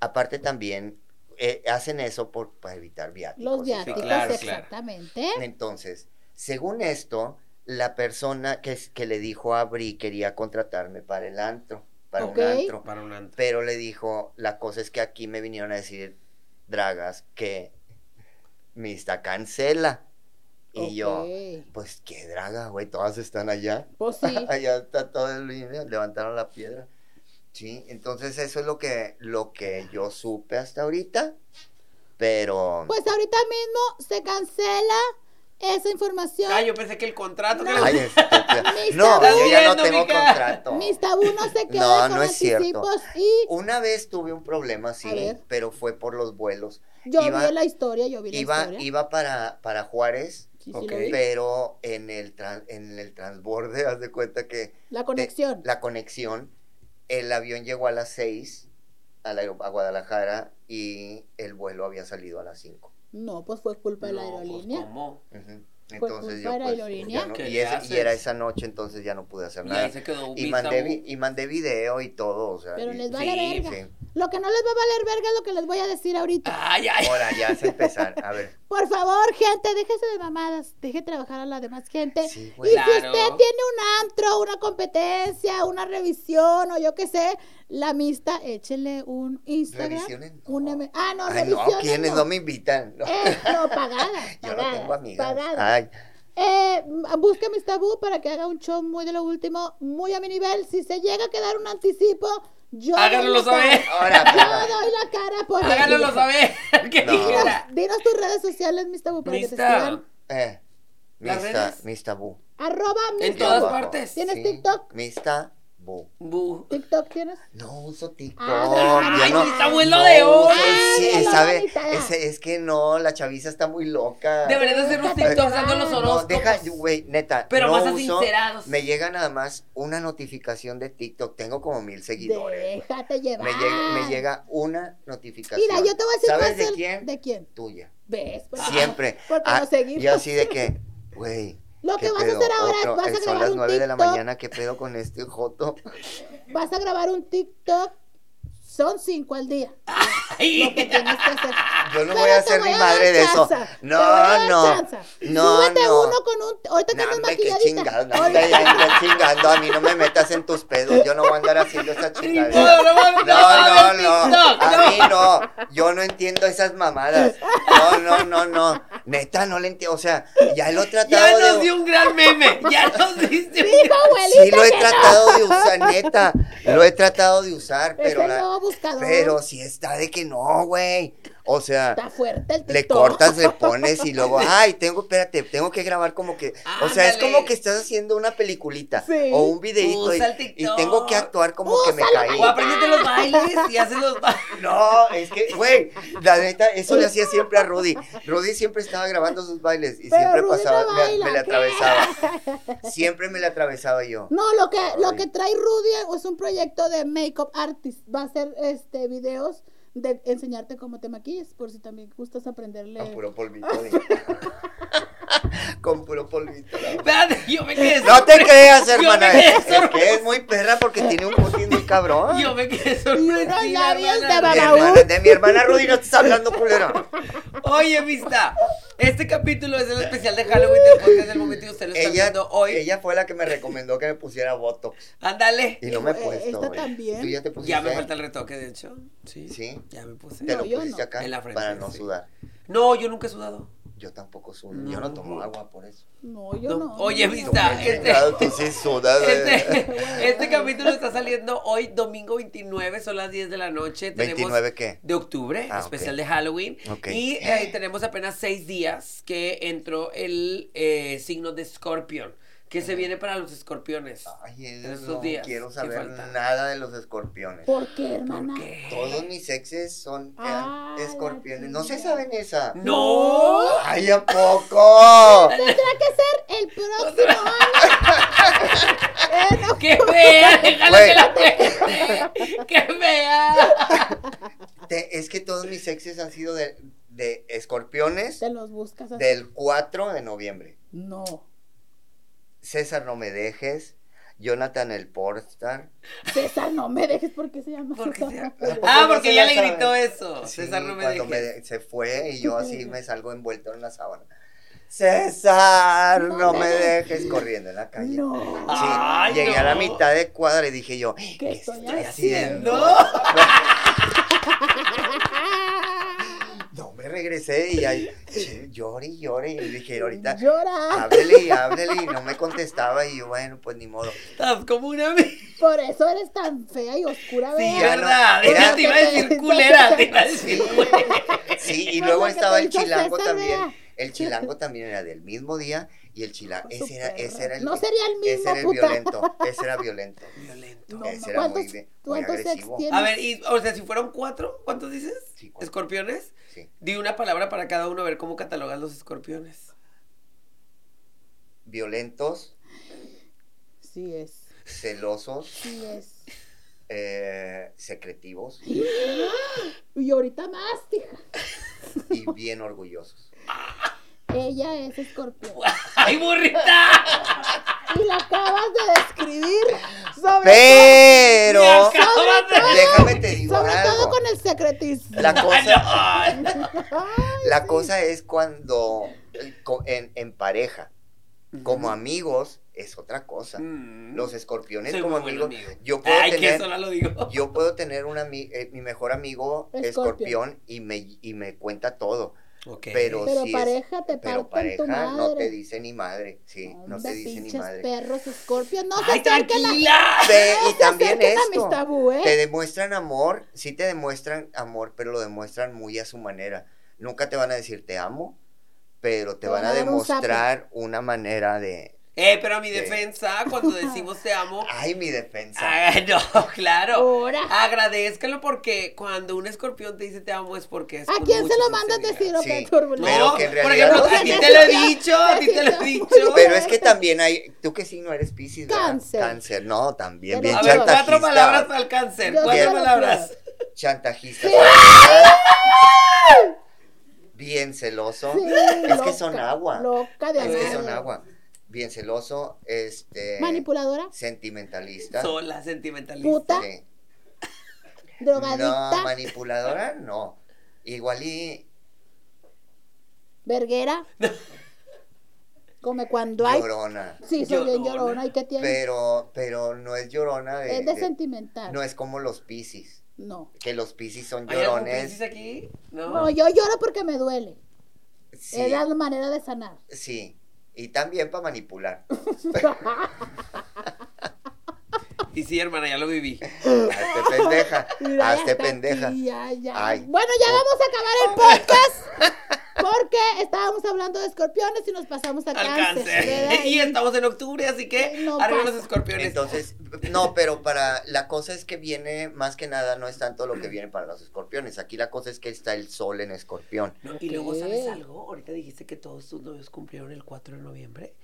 aparte también eh, hacen eso por, para evitar viáticos.
Los
y todo.
viáticos,
claro, claro.
exactamente.
Entonces, según esto, la persona que, es- que le dijo a Bri quería contratarme para el antro, para
Ok.
un antro,
Para un antro.
pero le dijo, la cosa es que aquí me vinieron a decir, dragas, que mi está cancela. Y yo,
Ok.
pues qué draga, güey, todas están allá.
Pues sí.
allá está todo el línea, levantaron la piedra. Sí, entonces eso es lo que, lo que yo supe hasta ahorita, pero...
Pues ahorita mismo se cancela esa información.
Ah, yo pensé que el contrato. que
Ay,
nos-
estúpida.
Mis
No,
tabús.
yo ya
Viendo,
no tengo
mija.
contrato.
Mis tabú no se quedan
No,
con
no es cierto.
anticipos y
Una vez tuve un problema
A
así,
ver.
pero fue por los vuelos.
yo
Iba-
vi la historia, yo vi la
Iba,
historia.
iba para, para Juárez,
Sí, sí, lo
Ok.
vi.
pero en el, tran- en el transborde, haz de cuenta que
La conexión.
la conexión, el avión llegó a las 6 a, la- a Guadalajara y el vuelo había salido a las 5.
No, pues fue culpa de la
No, pues,
aerolínea.
¿cómo?
Entonces yo
culpa de la
pues,
aerolínea.
ya no-
¿Qué
y,
le
ese- y
haces?
era esa noche, entonces ya no pude hacer
Y ahí
Pues, nada.
se quedó un
Y
vista,
mandé,
un-
vi- y mandé video y todo, o sea,
Pero
y-
les
va
vale
sí, Ah.
verga.
sí.
Lo que no les va a valer verga es lo que les voy a decir ahorita.
Ay, ay.
Ahora ya se empezar. A ver.
Por favor, gente, déjese de mamadas. Deje trabajar a la demás gente.
Sí,
y
güey.
si
Claro.
usted tiene un antro, una competencia, una revisión o yo qué sé, la mista, échele un Instagram.
Revisiones, no.
un M- Ah, no,
Ay, no,
revisiones
¿quiénes no me invitan? No.
Eh, no, pagadas,
Yo no
pagadas,
tengo Ah. amigas.
pagadas.
Ay,
Eh, m- busque mis tabú para que haga un show muy de lo último, muy a mi nivel. Si se llega a quedar un anticipo, yo.
Háganlo
doy la cara.
saber.
ahora,
Yo
perra.
doy la cara por
Háganlo
ello.
saber. ¿Qué
No.
Dinos,
dijera?
dinos tus redes sociales, mis tabú, para que te
Mista.
sigan.
Eh,
¿Las
mista,
redes?
mis tabú.
Arroba
En
mis
todas
Abajo.
partes.
¿Tienes TikTok?
Mis tabú.
Bu.
TikTok tienes.
No uso TikTok.
Ah,
yo
ay,
no,
sí, está bueno de hoy.
soy- sí,
Ay, de la
¿sabe?
bonita.
Es, es que no, la chaviza está muy loca.
Deberías hacer unos TikToks dando los
Ah, No,
No,
horóscopos.
deja, güey, nada
Pero
no
más
uso,
sincerados.
Me llega nada más una notificación de TikTok. Tengo como mil seguidores.
Déjate llevar.
Me llega, me llega una notificación.
Ah. Mira, yo te voy a decir
¿Sabes
cuál es
de
el-
quién?
¿De quién?
Tuya.
¿Ves? Pues, Porque no-
Siempre.
Porque
Ah,
no seguimos.
Yo así de que, güey.
Lo que
¿qué
vas a
pedo?
hacer ahora es,
Otro-
vas a
Son
grabar
las
un
nueve de la
TikTok.
mañana, ¿qué pedo con este joto?
Vas a grabar un TikTok. Son cinco al día.
Ay.
Lo que tienes que hacer.
Yo no
Pero
voy a
te
ser mi
dar
madre de eso.
chanza, te
No,
voy a dar
no.
chanza.
No,
Súbete
no.
uno con un. Ahorita
No,
tienes
hombre, qué
maquilladita.
chingado, no, hombre, ya
Ahorita-
anda chingando, a mí no me metas en tus pedos, yo no voy a andar haciendo esa
No,
chingadera.
no, no,
No, no,
no,
no, a mí no, yo no entiendo esas mamadas. No, no, no, no, Neta, no le entiendo. O sea, ya lo he tratado
Ya nos
de.
dio un gran meme. Ya nos diste un
Dijo
gran-
abuelita
Sí, lo he
que no.
tratado de usar, neta. Lo he tratado de usar,
Es
pero.
el
la-
nuevo buscador.
Pero si está de que no, güey. O sea.
Está fuerte el TikTok.
Le cortas, le pones y luego, ay, tengo, espérate, tengo que grabar como que, o sea, es
Ándale.
como que estás haciendo una peliculita
Sí.
o un videíto y,
Usa el
y
TikTok.
tengo que actuar como que me
Úsalo,
caí.
O aprendete los bailes y haces los bailes.
No, es que, güey, la neta, eso le hacía siempre a Rudy. Rudy siempre estaba grabando sus bailes y
Pero
siempre
Rudy no
pasaba, me-
baila,
me, la
¿qué?
atravesaba. Siempre me la atravesaba yo.
No, lo que, lo
Ay.
que trae Rudy es un proyecto de makeup artist. Va a hacer este videos de enseñarte cómo te maquillas, por si también gustas aprenderle.
Con Ah, puro polvito. de- Con puro polvito. la verdad.
Espérate, yo me quedé
No te
sorpre-
creas,
Yo me
hermana.
quedé
Es
sorpre-
que es muy perra porque tiene un putín muy cabrón.
Yo me quedé
Y unos
sorprendida.
labios
hermana.
de
Mi
babaú.
hermana- de mi hermana Rudy no estás hablando, culero.
Oye, vista. Este capítulo es el especial de Halloween del podcast del momento y usted lo está
Ella,
viendo hoy.
ella fue la que me recomendó que me pusiera Botox.
Ándale.
Y no me he
Eh,
puesto.
esta
güey.
también.
Tú ya te pusiste.
Ya me falta el retoque, de hecho. Sí.
Sí.
Ya me puse.
Te
No,
lo
yo
pusiste
no.
acá
En la frente,
para no
sí.
sudar.
No, yo nunca he sudado.
Yo tampoco sudo. Yo no tomo agua por eso.
No, yo no.
No. Oye,
no, no.
vista. Ah, este-
Claro, tú sí sudas. eh.
Este, este capítulo está saliendo hoy, domingo 29, son las 10 de la noche. Tenemos
29 qué?
De octubre,
Ah,
especial
ok.
de Halloween.
Ok.
Y eh, tenemos apenas seis días que entró el eh, signo de Scorpion, que se viene para los escorpiones.
Ay,
En
Dios,
esos
no
días,
quiero
¿qué
saber
falta?
nada de los escorpiones.
¿Por qué, hermana?
¿Qué?
Todos mis exes son
Ah,
eran escorpiones. No se
la
saben esa.
¡No!
¡Ay, a poco!
Tendrá que ser el próximo año. Eh, no.
¡Qué fea! ¡Déjala
Güey.
que la cuente! ¡Qué fea!
Te- es que todos mis exes han sido de, de escorpiones
Te los buscas así.
del 4 de noviembre.
No.
César, no me dejes. Jonathan, el pornstar.
César, no me dejes porque se llama.
¿Por qué se-
¿A poco
Ah,
no
porque
se
ya
la
le
saben?
gritó eso.
Sí,
César no me
cuando
dejes.
de- se fue y yo así me salgo envuelto en la sábana. César, no me dejes corriendo en la calle.
No.
Sí,
Ay,
llegué a la
no.
mitad de cuadra y dije yo, ¿qué,
estoy
estoy,
haciendo?
haciendo?
¡No!
No, me regresé y ahí ch- lloré y lloré y dije, ahorita
Llora.
háblele y háblele y no me contestaba y yo, bueno, pues ni modo.
Estás como una...
Ah,
mi-
Por eso eres tan fea y oscura,
Sí,
¿verdad?
ya no-
¿verdad?
Era-
Ella te iba a decir culera, te iba a decir
Sí,
culera.
sí, y
Pues lo
luego
que
estaba
te
el
hizo
chilango
César,
también.
vea.
El chilango también era del mismo día y el chilango,
Su
ese era, ese
perra.
era el...
No sería el
Ese
mismo,
era el
puta.
violento, ese era violento.
Violento.
No,
Ese
ma-
era muy
¿Cuántos,
de- muy
¿cuántos ex
agresivo.
tienes?
A ver, y, o sea, si fueron cuatro, ¿cuántos dices?
Sí, cuatro.
¿Escorpiones?
Sí.
Di una palabra para cada uno, a ver cómo catalogas los escorpiones.
Violentos,
Sí es,
celosos,
sí es.
eh, secretivos
Y ahorita más, hija.
y bien orgullosos.
Ella es escorpión.
¡Ay, burrita!
Y la acabas de describir sobre,
Pero,
Me acabas de-
déjame te digo
sobre todo
algo.
con el secretismo.
La cosa,
Ay, no.
la cosa es cuando eh, co- en, en pareja, como amigos, es otra cosa.
Mm.
Los escorpiones
Soy
como
muy buen
amigos,
amigo.
yo puedo
Ay, que
tener...
sola lo digo.
Yo puedo tener un ami- eh, mi mejor amigo
Escorpión.
escorpión y me, y me cuenta todo.
Ok.
Pero,
Pero
sí es-
pareja te
pero
parten tu
pareja no te
madre.
dice ni madre. Sí, no
Hombre,
te dice ni
pinches
madre.
perros escorpios. No se
¡Ay,
acerquen a
tranquila!
Ve, y
se
también
acerquen a
esto.
mis tabú, ¿eh?
Te demuestran amor, sí te demuestran amor, pero lo demuestran muy a su manera. Nunca te van a decir te amo, pero te, van a
dar un zape.
demostrar una manera de.
Eh, pero a mi defensa, cuando decimos te amo...
Ay, mi defensa.
Ay, no, claro.
Ahora.
ah,
Agradezcalo porque cuando un escorpión te dice te amo es porque es
¿A
con
quién se
mucha
lo mandas
sinceridad.
decir o qué
Sí,
turbulento?
No,
Pero que en
por
realidad-
ejemplo, a ti te lo he dicho, a ti te lo he dicho.
Pero es que también hay. Tú que signo eres Piscis, ¿verdad?
Cáncer.
Cáncer, no, también.
Pero-
Bien
A ver, cuatro
chantajista.
palabras para el cáncer.
Yo
solo
Cuatro palabras.
Chantajista. Bien celoso.
Sí,
es que
loca,
son agua.
Loca de
Es que son
amar.
agua. Bien celoso, este.
Manipuladora,
Sentimentalista.
Sola, sentimentalista.
puta,
Sí.
drogadicta,
No, manipuladora no. Igual y
verguera. Come cuando hay.
llorona.
Sí, soy bien
Llorona.
llorona. ¿Y qué tiene?
Pero, pero no es llorona de.
es de,
de-
sentimental.
no
No.
es como los piscis.
no.
Que los piscis son
¿Hay algún
llorones.
Piscis aquí? No.
yo lloro porque me duele.
sí,
Es la manera de sanar.
sí. Y también para manipular.
Y sí, hermana, ya lo viví.
Hazte pendeja.
Mira, ya
Hazte
está
Ah, pendeja.
aquí, ya, ya.
Ay.
Bueno, ya
Oh.
vamos a acabar el podcast. Porque estábamos hablando de escorpiones y nos pasamos a cáncer. ¿verdad?
Alcance. Y estamos en octubre, así que
No
arriba
pasa.
los escorpiones.
Entonces, no, pero para la cosa es que viene, más que nada, no es tanto lo que viene para los escorpiones. Aquí la cosa es que está el sol en escorpión.
No, y luego, ¿sabes
Ok.
algo? Ahorita dijiste que todos tus novios cumplieron el 4 de noviembre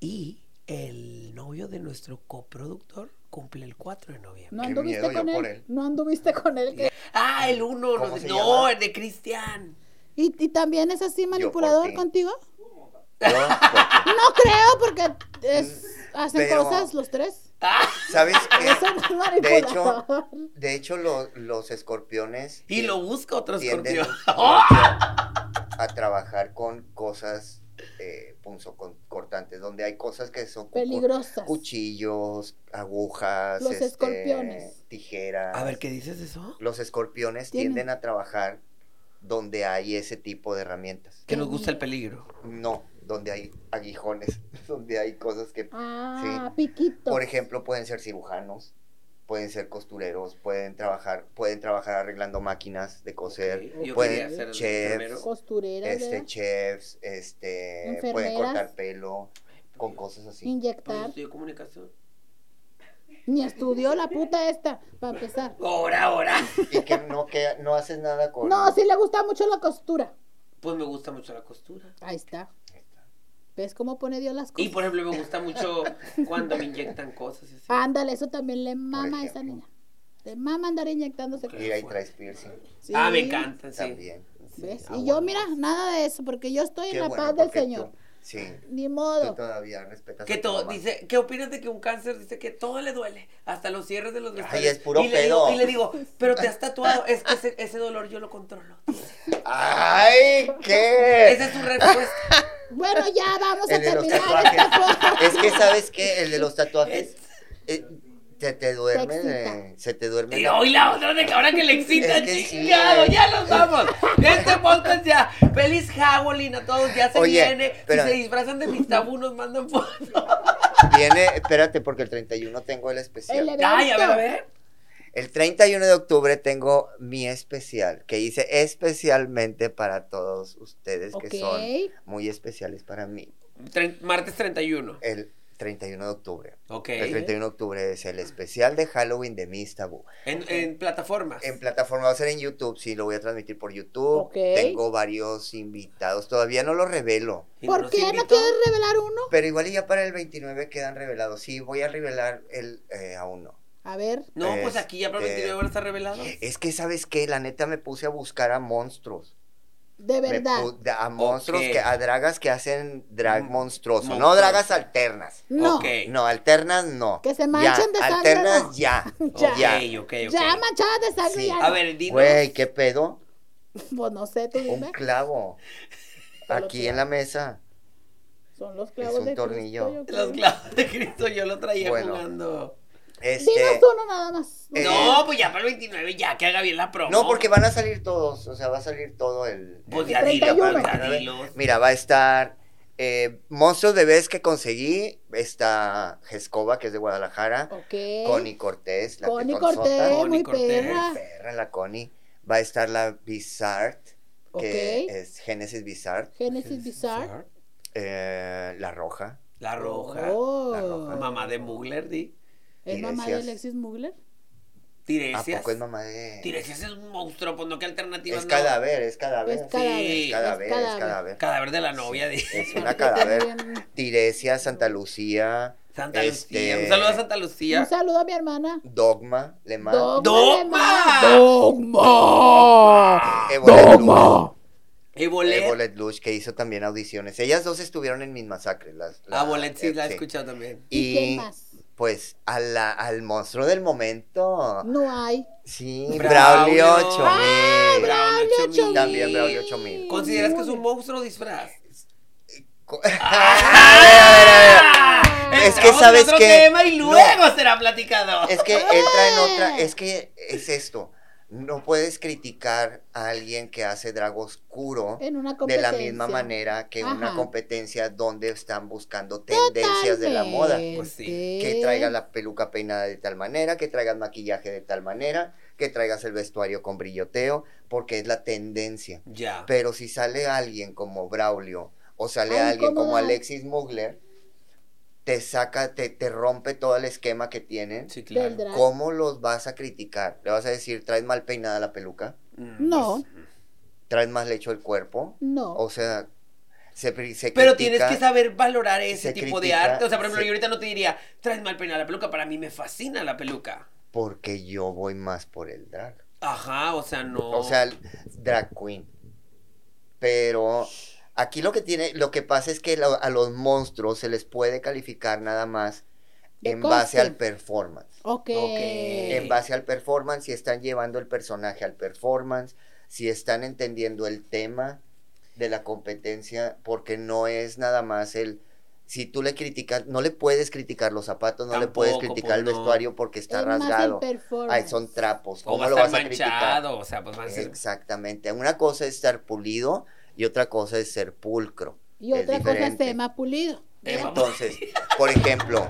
y el novio de nuestro coproductor cumple el 4 de noviembre.
No
Qué
anduviste
miedo yo
con él.
por él.
No anduviste con él. ¿qué?
Ah, el 1.
¿Cómo
No,
se
no,
llama?
el de Cristian.
¿Y, y también es así
por
manipulador
ti.
contigo?
Yo, porque-
No creo, porque es- hacen
Mm, Pero-
cosas los tres.
Ah,
¿Sabes
Eso
qué?
no es
De hecho,
manipulador.
de hecho lo- los escorpiones
y lo busca otro
tienden
escorpión.
mucho a trabajar con cosas eh, punzocon- cortantes, donde hay cosas que son cu-
Peligrosas.
cuchillos, agujas,
Los
este,
escorpiones.
tijeras.
A ver, ¿qué dices de eso?
los escorpiones
Tienen.
tienden a trabajar donde hay ese tipo de herramientas.
Que nos gusta el peligro.
No, donde hay aguijones, donde hay cosas que,
Ah, piquito.
por ejemplo, pueden ser cirujanos, pueden ser costureros, pueden trabajar, pueden trabajar arreglando máquinas de coser,
Ok, Yo
pueden-
quería ser el
chefs,
enfermero.
Costureras,
este
¿verdad?
chefs, este pueden
Enfermeras.
cortar pelo, con cosas así.
Pues,
Inyectar.
estudié comunicación.
Ni estudió la puta esta, para empezar.
Ahora, ahora.
Y que no que no haces nada con
No, sí le gusta mucho la costura.
Pues me gusta mucho la costura.
Ahí está. ¿Ves cómo pone Dios las
Y
cosas?
por ejemplo, me gusta mucho cuando me inyectan cosas. y así.
Ándale, eso también le mama a esa
ejemplo.
niña. Le mama andar inyectándose.
Ok.
Mira, y traes piercing
Sí.
Ah, me encanta, sí.
también.
¿Ves?
Ah,
y
bueno.
yo, mira, nada de eso, porque yo estoy
Qué
en la
bueno,
paz del
porque tú-
Señor.
sí.
Ni
Tú
modo.
todavía respetas
Que
a tu
todo,
mamá.
dice, ¿qué opinas de que un cáncer dice que todo le duele? Hasta los cierres de los vestidos.
es puro
y le digo,
pedo.
y le digo, pero te has tatuado, es que ese, ese dolor yo lo controlo.
¡Ay, qué!
Esa es su respuesta.
Bueno, ya vamos a
El de los
terminar esta
tatuajes.
foto.
Es que sabes que el de los tatuajes eh, se te duerme,
Te
de-
excita.
se te duerme.
Y
la-
hoy la otra de que ahora que le excita,
Es que sí,
chingado,
eh.
ya nos vamos. Este podcast ya. Feliz Halloween a todos, ya se
Oye,
viene.
pero-
Si se disfrazan de mis tabú, nos mandan fotos.
Viene, espérate porque el 31 tengo el especial.
El evento.
Ay, a ver, a ver.
El 31 de octubre tengo mi especial que hice especialmente para todos ustedes que son
Ok.
muy especiales para mí.
Tre- martes 31.
El 31 de octubre.
Ok.
El 31 de octubre es el especial de Halloween de Mis Tabú.
En, en plataformas.
En plataforma va a ser en YouTube, sí, lo voy a transmitir por YouTube.
Ok.
Tengo varios invitados, todavía no lo revelo.
Y
¿Por
nos
qué no
invitó.
quieres revelar uno?
Pero igual y ya para el 29 quedan revelados. Sí, voy a revelar el eh, a uno.
A ver.
No, pues aquí ya para el
Este-
29 van a estar revelados.
Es que, ¿sabes qué? La neta me puse a buscar a monstruos.
De
Me
verdad.
pu- de- a monstruos,
Ok.
que, a dragas que hacen drag
Mm,
monstruoso. No
monstruoso.
dragas alternas.
No.
Ok.
No, alternas no.
Que se
Ya,
manchen de sangre,
Alternas
no.
ya.
Ya.
ya.
Ok, ok, ok.
Ya manchada de sangre
Sí.
ya. no.
A ver, dinos.
Güey, ¿qué pedo?
Pues no sé, tú
Un
dime.
clavo.
Solo
Aquí
clavo.
en la mesa.
Son los clavos
un
de
tornillo.
Cristo, yo creo.
Los clavos de Cristo yo lo traía
Bueno.
jugando.
Este.
Dinos uno nada más.
Eh,
No, pues ya para el 29 ya que haga bien la promo.
No, porque van a salir todos. O sea, va a salir todo el.
Pues
el-
ya dilo,
31.
pues ya dilo.
Mira, va a estar eh, Monstruos Bebés que conseguí. Está Jescoba, que es de Guadalajara.
Ok.
Connie Cortés, la
Connie
tetonzota.
Cortés,
Connie
muy
Cortés,
perra.
Perra, la Connie. Va a estar la Bizart, que
Ok.
es Génesis Bizart.
Genesis Bizarre.
eh, la Roja.
La roja.
Oh.
La roja.
Mamá de Mugler, di.
¿Es mamá de
Tiresias.
Alexis Mugler?
¿A
Tiresias.
poco es mamá de.?
Tiresias es un monstruo, pues no, ¿qué alternativa
Es cadáver, es
Es
cadáver.
cadáver,
Sí,
es
es cadáver, es
cadáver.
cadáver.
Cadáver de la novia, di.
Es una
Porque
cadáver.
también-
Tiresia, Santa Lucía,
Santa
Este-
Lucía. Un saludo a Santa
Un
Lucía.
saludo a mi hermana.
Dogma, Lemán.
Dogma.
¡Dogma!
¡Dogma!
Ebolet Lush,
Y Bolet.
Ebolet Eh, Lush, que hizo también audiciones. Ellas dos estuvieron en Mis Masacres. Las,
A Ah, Bolet sí
eh,
la he escuchado también.
¿Y,
Y
quién más?
pues a la- al monstruo del momento.
No hay.
Sí,
Braulio.
Braulio
Ah, Braulio
Chomil.
Braulio
Chomil.
Chomil.
También Braulio Chomil.
¿Consideras que es
Muy
un monstruo o disfraz?
Co- A ver, a ver, a ver.
Ah.
Es que
Entramos en
sabes
otro
que-
tema y
no. Eh,
Ah.
luego será platicado.
Es que entra en otra. Es que es esto. No puedes criticar a alguien que hace drag oscuro
En una
de
competencia.
la misma manera que una
Ajá.
competencia donde están buscando tendencias de la moda.
Pues sí.
Que traigas la peluca peinada de tal manera, que traigas maquillaje de tal manera, que traigas el vestuario con brilloteo, porque es la tendencia.
Ya.
Pero si sale alguien como Braulio o sale
Ay,
alguien
¿cómo
como
no?
Alexis Mugler, te saca, te, te rompe todo el esquema que tienen.
Sí,
Del
claro.
drag.
¿Cómo los vas a criticar? ¿Le vas a decir, traes mal peinada la peluca?
Mm,
No,
¿Traes más lecho el cuerpo?
no.
O sea, se, pri- se
Pero
critica-
tienes que saber valorar ese
se
tipo de
critica,
arte. O sea, por ejemplo,
se-
yo ahorita no te diría, traes mal peinada la peluca. Para mí me fascina la peluca.
Porque yo voy más por el drag.
Ajá, o sea, no.
O sea, el drag queen. Pero aquí lo que tiene, lo que pasa es que lo- a los monstruos se les puede calificar nada más
De
en base al
costume.
performance.
Ok.
En base al performance, si están llevando el personaje al performance, si están entendiendo el tema de la competencia, porque no es nada más el. Si tú le criticas, no le puedes criticar los zapatos, no le puedes
Tampoco,
criticar el
pues, no.
vestuario porque está
Es más el
rasgado. Ay,
performance.
son trapos.
o
¿Cómo
va a
lo
estar
vas a criticar? Eh,
manchado. O sea, pues va a ser.
Exactamente. Una cosa es estar pulido y otra cosa es ser pulcro.
Y otra
es
cosa es
diferente.
tema pulido.
Eh, mamá.
Entonces, por ejemplo,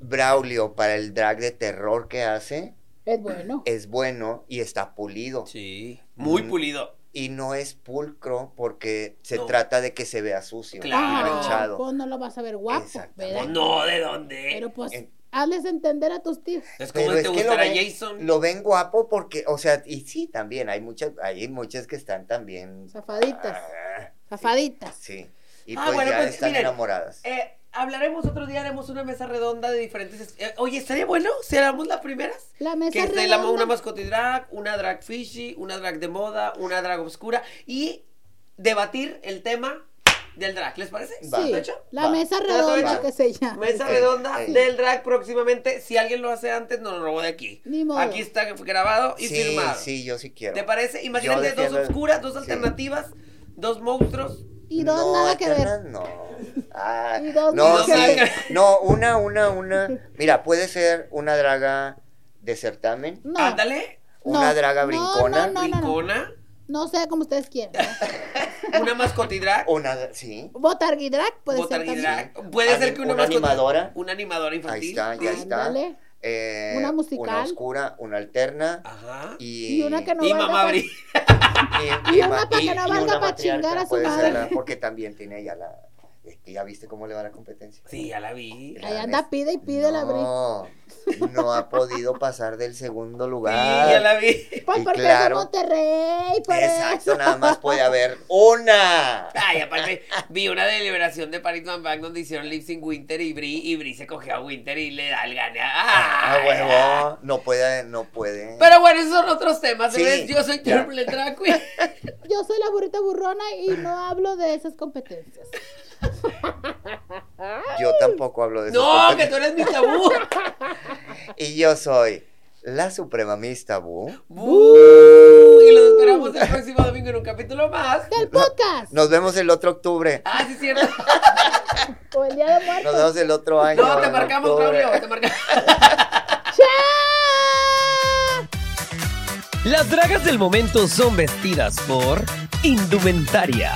Braulio para el drag de terror que hace
Es bueno.
es bueno y está pulido.
Sí. Muy
Mm.
pulido.
Y no es pulcro porque se
No.
trata de que se vea sucio,
Claro.
manchado.
Vos no lo vas a ver guapo,
Exactamente.
¿verdad?
No, eh, ¿de dónde?
Pero pues,
En-
hazles entender a tus tíos.
es como
Pero
si
es
te
que lo
gustara
ven,
Jason.
lo ven guapo porque, o sea, y sí, también hay muchas, hay muchas que están también.
Zafaditas.
Ah,
Zafaditas.
Sí. Y
Ah,
pues
bueno,
ya
pues,
están
miren,
enamoradas.
Eh, hablaremos otro día, haremos una mesa redonda de diferentes. eh, oye, estaría bueno si éramos las primeras.
La mesa
Que esté la,
redonda.
una mascotidrag, una drag fishy, una drag de moda, una drag obscura y debatir el tema del drag. ¿Les parece?
Va.
Sí,
¿Está hecho?
la
Va.
mesa
Va.
redonda
Va.
que se llama.
Mesa
Ey,
redonda
ey.
del drag próximamente. Si alguien lo hace antes, nos lo robó de aquí.
Ni modo.
Aquí está grabado y
sí,
firmado.
sí, yo sí quiero.
¿Te parece?
Yo
Imagínate dos
defiendo el-
obscuras, dos
sí.
alternativas, dos monstruos.
Y dos nada que ver.
alternas No. Ah,
Y dos
no,
nada que
sí,
ver.
no, una, una, una. Mira, puede ser una draga de certamen,
No.
Ándale.
una
No,
draga
no,
brincona,
No, no, no.
Rincona.
No sé como ustedes quieran.
Una mascotidrag.
una, sí.
Botarguidrag puede ser también.
botarguidrag. Puede
Ani-
ser que una,
una
mascoti-
animadora.
Una animadora
Ahí
infantil.
está, ya está.
Ah, Ándale.
Eh,
Una musical.
Una oscura, una alterna.
Ajá.
Y,
Y una que no
y
valga
mamá
pa-
Bri.
y una pa' que no valga
una
pa' chingar
matriarca,
a su
puede ser
madre.
la- porque también tiene ya la. es que ya viste cómo le va la competencia.
Sí, ya la vi.
Ahí anda, pide y pide la Bri.
No, no ha podido pasar del segundo lugar.
Sí, ya la vi.
Pues
Y
porque
claro.
es de Monterrey, pues. por
Exacto,
eso.
nada más puede haber una.
Ay, aparte, vi una deliberación de Paris Van Bank donde hicieron Lips in Winter y Bri, y Bri se cogió a Winter y le da el gane.
Ah,
¡Ah,
huevo. No puede, no puede.
Pero bueno, esos son otros temas,
Sí.
¿ves? Yo soy
Ya.
Triple Drag Queen.
Yo soy la burrita burrona y no hablo de esas competencias.
Yo tampoco hablo de eso.
No, que tú eres mi tabú.
Y yo soy la suprema Miss Tabú.
Bú. Y los esperamos el próximo domingo en un capítulo más.
¡Del podcast!
Nos vemos el otro octubre.
Ah, sí, es cierto.
O el día de
Nos
muertos.
vemos el otro año.
No, te
en
marcamos,
octubre.
Braulio. Te marcamos.
¡Chao!
Las dragas del momento son vestidas por Indumentaria,